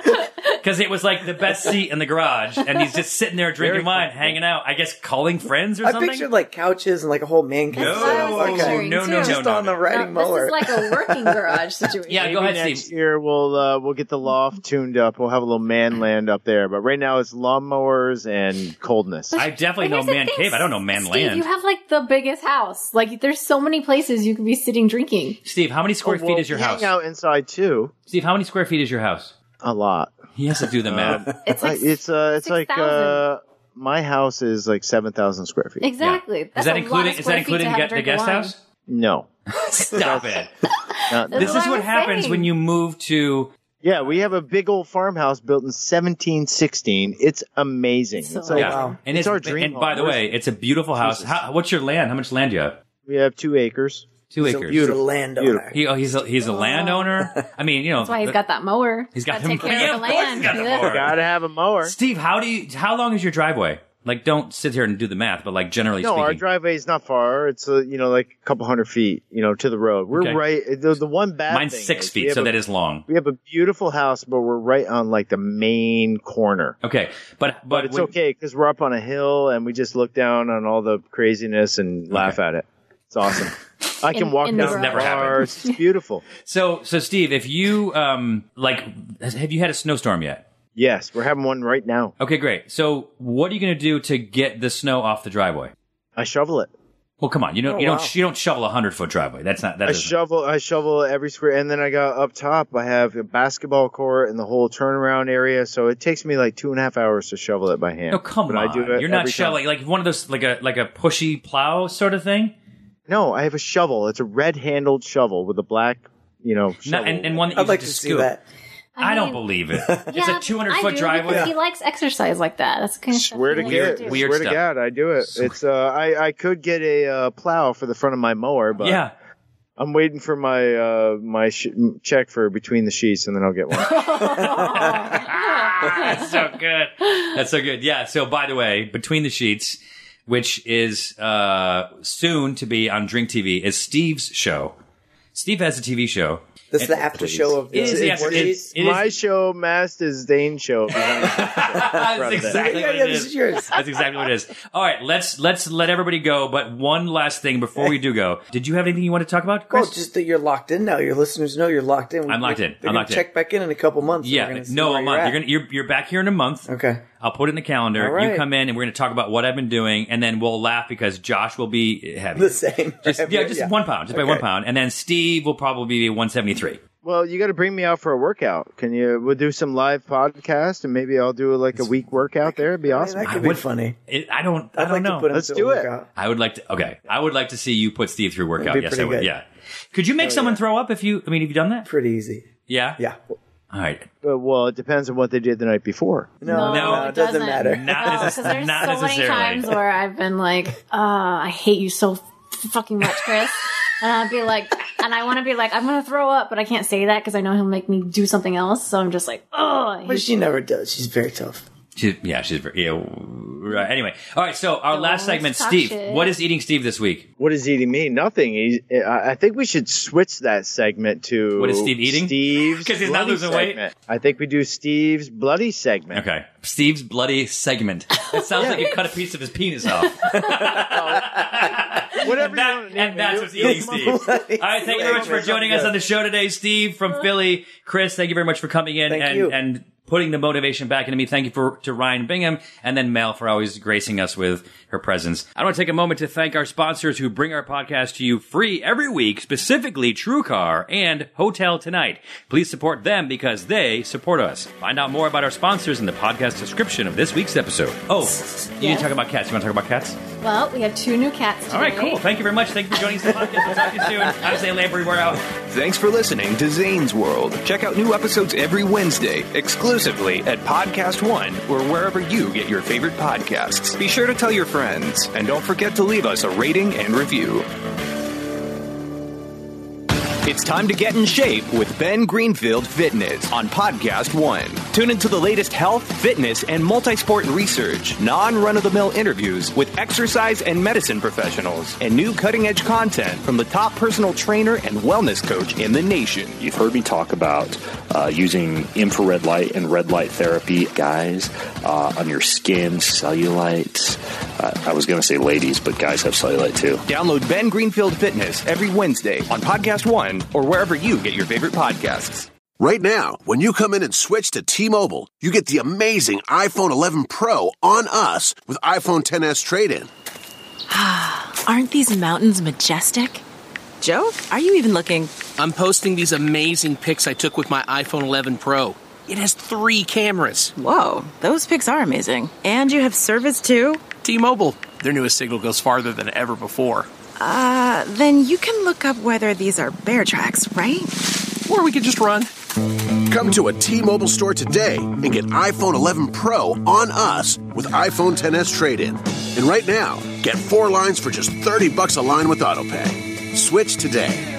because it was like the best seat in the garage, and he's just sitting there drinking Very wine, hanging out. I guess calling friends or I something. pictured like couches and like a whole man cave. No, no, no, no, Just no, on the riding mower. it's like a working garage situation. Maybe next year we'll uh, we'll get the loft tuned up. We'll have a little man land up there. But right now it's lawnmowers and coldness. I definitely But here's know the man thing, cave. I don't know "Oh, man Steve, you have like the biggest house. Like, there's so many places you could be sitting drinking. Steve, how many square feet is your house? Hang out inside too. Steve, how many square feet is your house? A lot. He has to do the math. it's like it's uh, it's like 6,000. uh, my house is like seven thousand square feet. Exactly. Is That's that a lot of including? Is square that feet including the, to have a gu- the drink of guest wine. house? No. Stop (laughs) it. Not- this is what I what was happens saying. when you move to. Yeah, we have a big old farmhouse built in 1716. It's amazing. It's, like, and it's, our dream. And by the home. way, (laughs) it's a beautiful house. How, what's your land? How much land do you have? we have two acres. Two He's a- acres. he's a landowner. Beautiful. He, oh, he's a, he's a (laughs) landowner. I mean, you know, That's why he's got that mower. He's got Gotta him- take care Yeah, of of the course land. he's got a Yeah. mower. Gotta have a mower. (laughs) Steve, how do you? How long is your driveway? Like, don't sit here and do the math, but like generally no, our speaking, driveway is not far. It's uh, you know like a couple hundred feet, you know, to the road. We're Okay. right. The, the one bad mine's thing six is we feet, have so a- that is long. We have a beautiful house, but we're right on like the main corner. Okay, but but, it's when- okay because we're up on a hill and we just look down on all the craziness and laugh at it. It's awesome. I can In- walk in the down Never the happened. bars. It's beautiful. So so Steve, if you um like, has- have you had a snowstorm yet? Yes, we're having one right now. Okay, great. So what are you going to do to get the snow off the driveway? I shovel it. Well, come on, you don't Oh, you wow. don't you don't shovel a hundred foot driveway. That's not that I doesn't- shovel, I shovel every square, and then I got up top. I have a basketball court and the whole turnaround area, so it takes me like two and a half hours to shovel it by hand. No, come But on. I do it You're not every time. shoveling like one of those like a like a pushy plow sort of thing. No, I have a shovel. It's a red-handled shovel with a black, you know, No, shovel. and, and one that I'd you like just to see scoop. that. I, I don't mean- believe it. Yeah, it's a 200 I foot do, driveway. because He likes exercise like that. That's the kind of stuff Swear to he likes God, to do. swear to God, I do it. It's uh, I I could get a uh, plow for the front of my mower, (laughs) but Yeah. I'm waiting for my uh my sh- check for between the sheets, and then I'll get one. That's so good. That's so good. Yeah. So by the way, between the sheets, which is uh, soon to be on Drink TV, is Steve's show. Steve has a TV show. This is And- the after show of It this. is the after- it- (laughs) it's it is- my show, Masters Dane show. That's exactly what it is. (laughs) That's exactly what it is. All right, let's let's let everybody go. But one last thing before we do go, did you have anything you want to talk about, Chris? Well, just that you're locked in now. Your listeners know you're locked in. I'm locked in. They're I'm gonna locked in. check back in in a couple months. and we're Yeah, gonna see no, where a you're month. at. You're gonna you're you're back here in a month. Okay. I'll put it in the calendar. All You right. come in and we're gonna talk about what I've been doing, and then we'll laugh because Josh will be heavy. (laughs) The same. Just, yeah, just one pound, just by Okay. one pound, and then Steve will probably be 173. Well, you got to bring me out for a workout. Can you? We'll do some live podcast, and maybe I'll do like a week workout there. It'd be awesome. that could be funny. It, I don't. I I'd don't like know. to put him Let's through do a it. workout. I would like to. Okay, I would like to see you put Steve through a workout. be Yes, I pretty would. good. Yeah. Could you make someone throw up if you? I mean, have you done that? Pretty easy. Yeah. Yeah. All right. Uh, well, it depends on what they did the night before. No, No, no, it doesn't, doesn't. matter. Not Because there's Not so many necessarily. times where I've been like, uh, I hate you so f- fucking much, (laughs) Chris. and I'd be like, and I want to be like, I'm going to throw up, but I can't say that because I know he'll make me do something else. So I'm just like, oh, I But hate she never does. She's very tough. She, yeah, she's very. Yeah, right. Anyway, all right. So our last segment, talk Steve. shit. What is eating Steve this week? What is eating me? Nothing. He, I I think we should switch that segment to What is Steve eating? Steve's (laughs) 'Cause he's not bloody losing weight. segment. I think we do Steve's bloody segment. Okay, Steve's bloody segment. It sounds like you cut a piece of his penis off. and Whatever. that- and that's what's eating Steve. All right, thank you very much for joining us on the show today, Steve from Philly. Chris, thank you very much for coming in Thank and, you. and putting the motivation back into me. Thank you for to Ryan Bingham and then Mel for always gracing us with her presence. I want to take a moment to thank our sponsors who bring our podcast to you free every week, specifically TrueCar and Hotel Tonight. Please support them because they support us. Find out more about our sponsors in the podcast description of this week's episode. Oh, you didn't Yes. talk about cats. You want to talk about cats? you. Well, we have two new cats today. All right, cool. Thank you very much. Thank you for joining us on the podcast. We'll talk to you soon. I'm Zay Lamprey. We're out. Thanks for listening to Zane's World. Check out new episodes every Wednesday, exclusively at Podcast One or wherever you get your favorite podcasts. Be sure to tell your friends, and don't forget to leave us a rating and review. It's time to get in shape with Ben Greenfield Fitness on Podcast One. Tune into the latest health, fitness, and multi sport research, non run of the mill interviews with exercise and medicine professionals, and new cutting edge content from the top personal trainer and wellness coach in the nation. You've heard me talk about uh, using infrared light and red light therapy, guys, uh, on your skin, cellulite. Uh, I was going to say ladies, but guys have cellulite too. Download Ben Greenfield Fitness every Wednesday on Podcast One or wherever you get your favorite podcasts. Right now, when you come in and switch to T-Mobile, you get the amazing iPhone 11 Pro on us with iPhone 10s trade-in. Aren't these mountains majestic? Joe, are you even looking? I'm posting these amazing pics I took with my iPhone 11 Pro. It has three cameras. Whoa, those pics are amazing. And you have service too? T Mobile. Their newest signal goes farther than ever before. Uh, then you can look up whether these are bear tracks, right? Or we could just run. Come to a T-Mobile store today and get iPhone 11 Pro on us with iPhone 10s trade-in. And right now, get 4 lines for just 30 bucks a line with AutoPay. Switch today.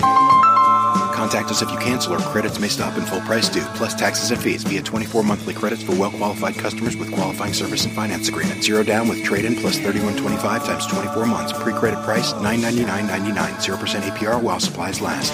Contact us if you cancel or credits may stop and full price due, plus taxes and fees via 24 monthly credits for well qualified customers with qualifying service and finance agreement. Zero down with trade in plus 3125 times 24 months. Pre credit price 999.99 0% APR while supplies last.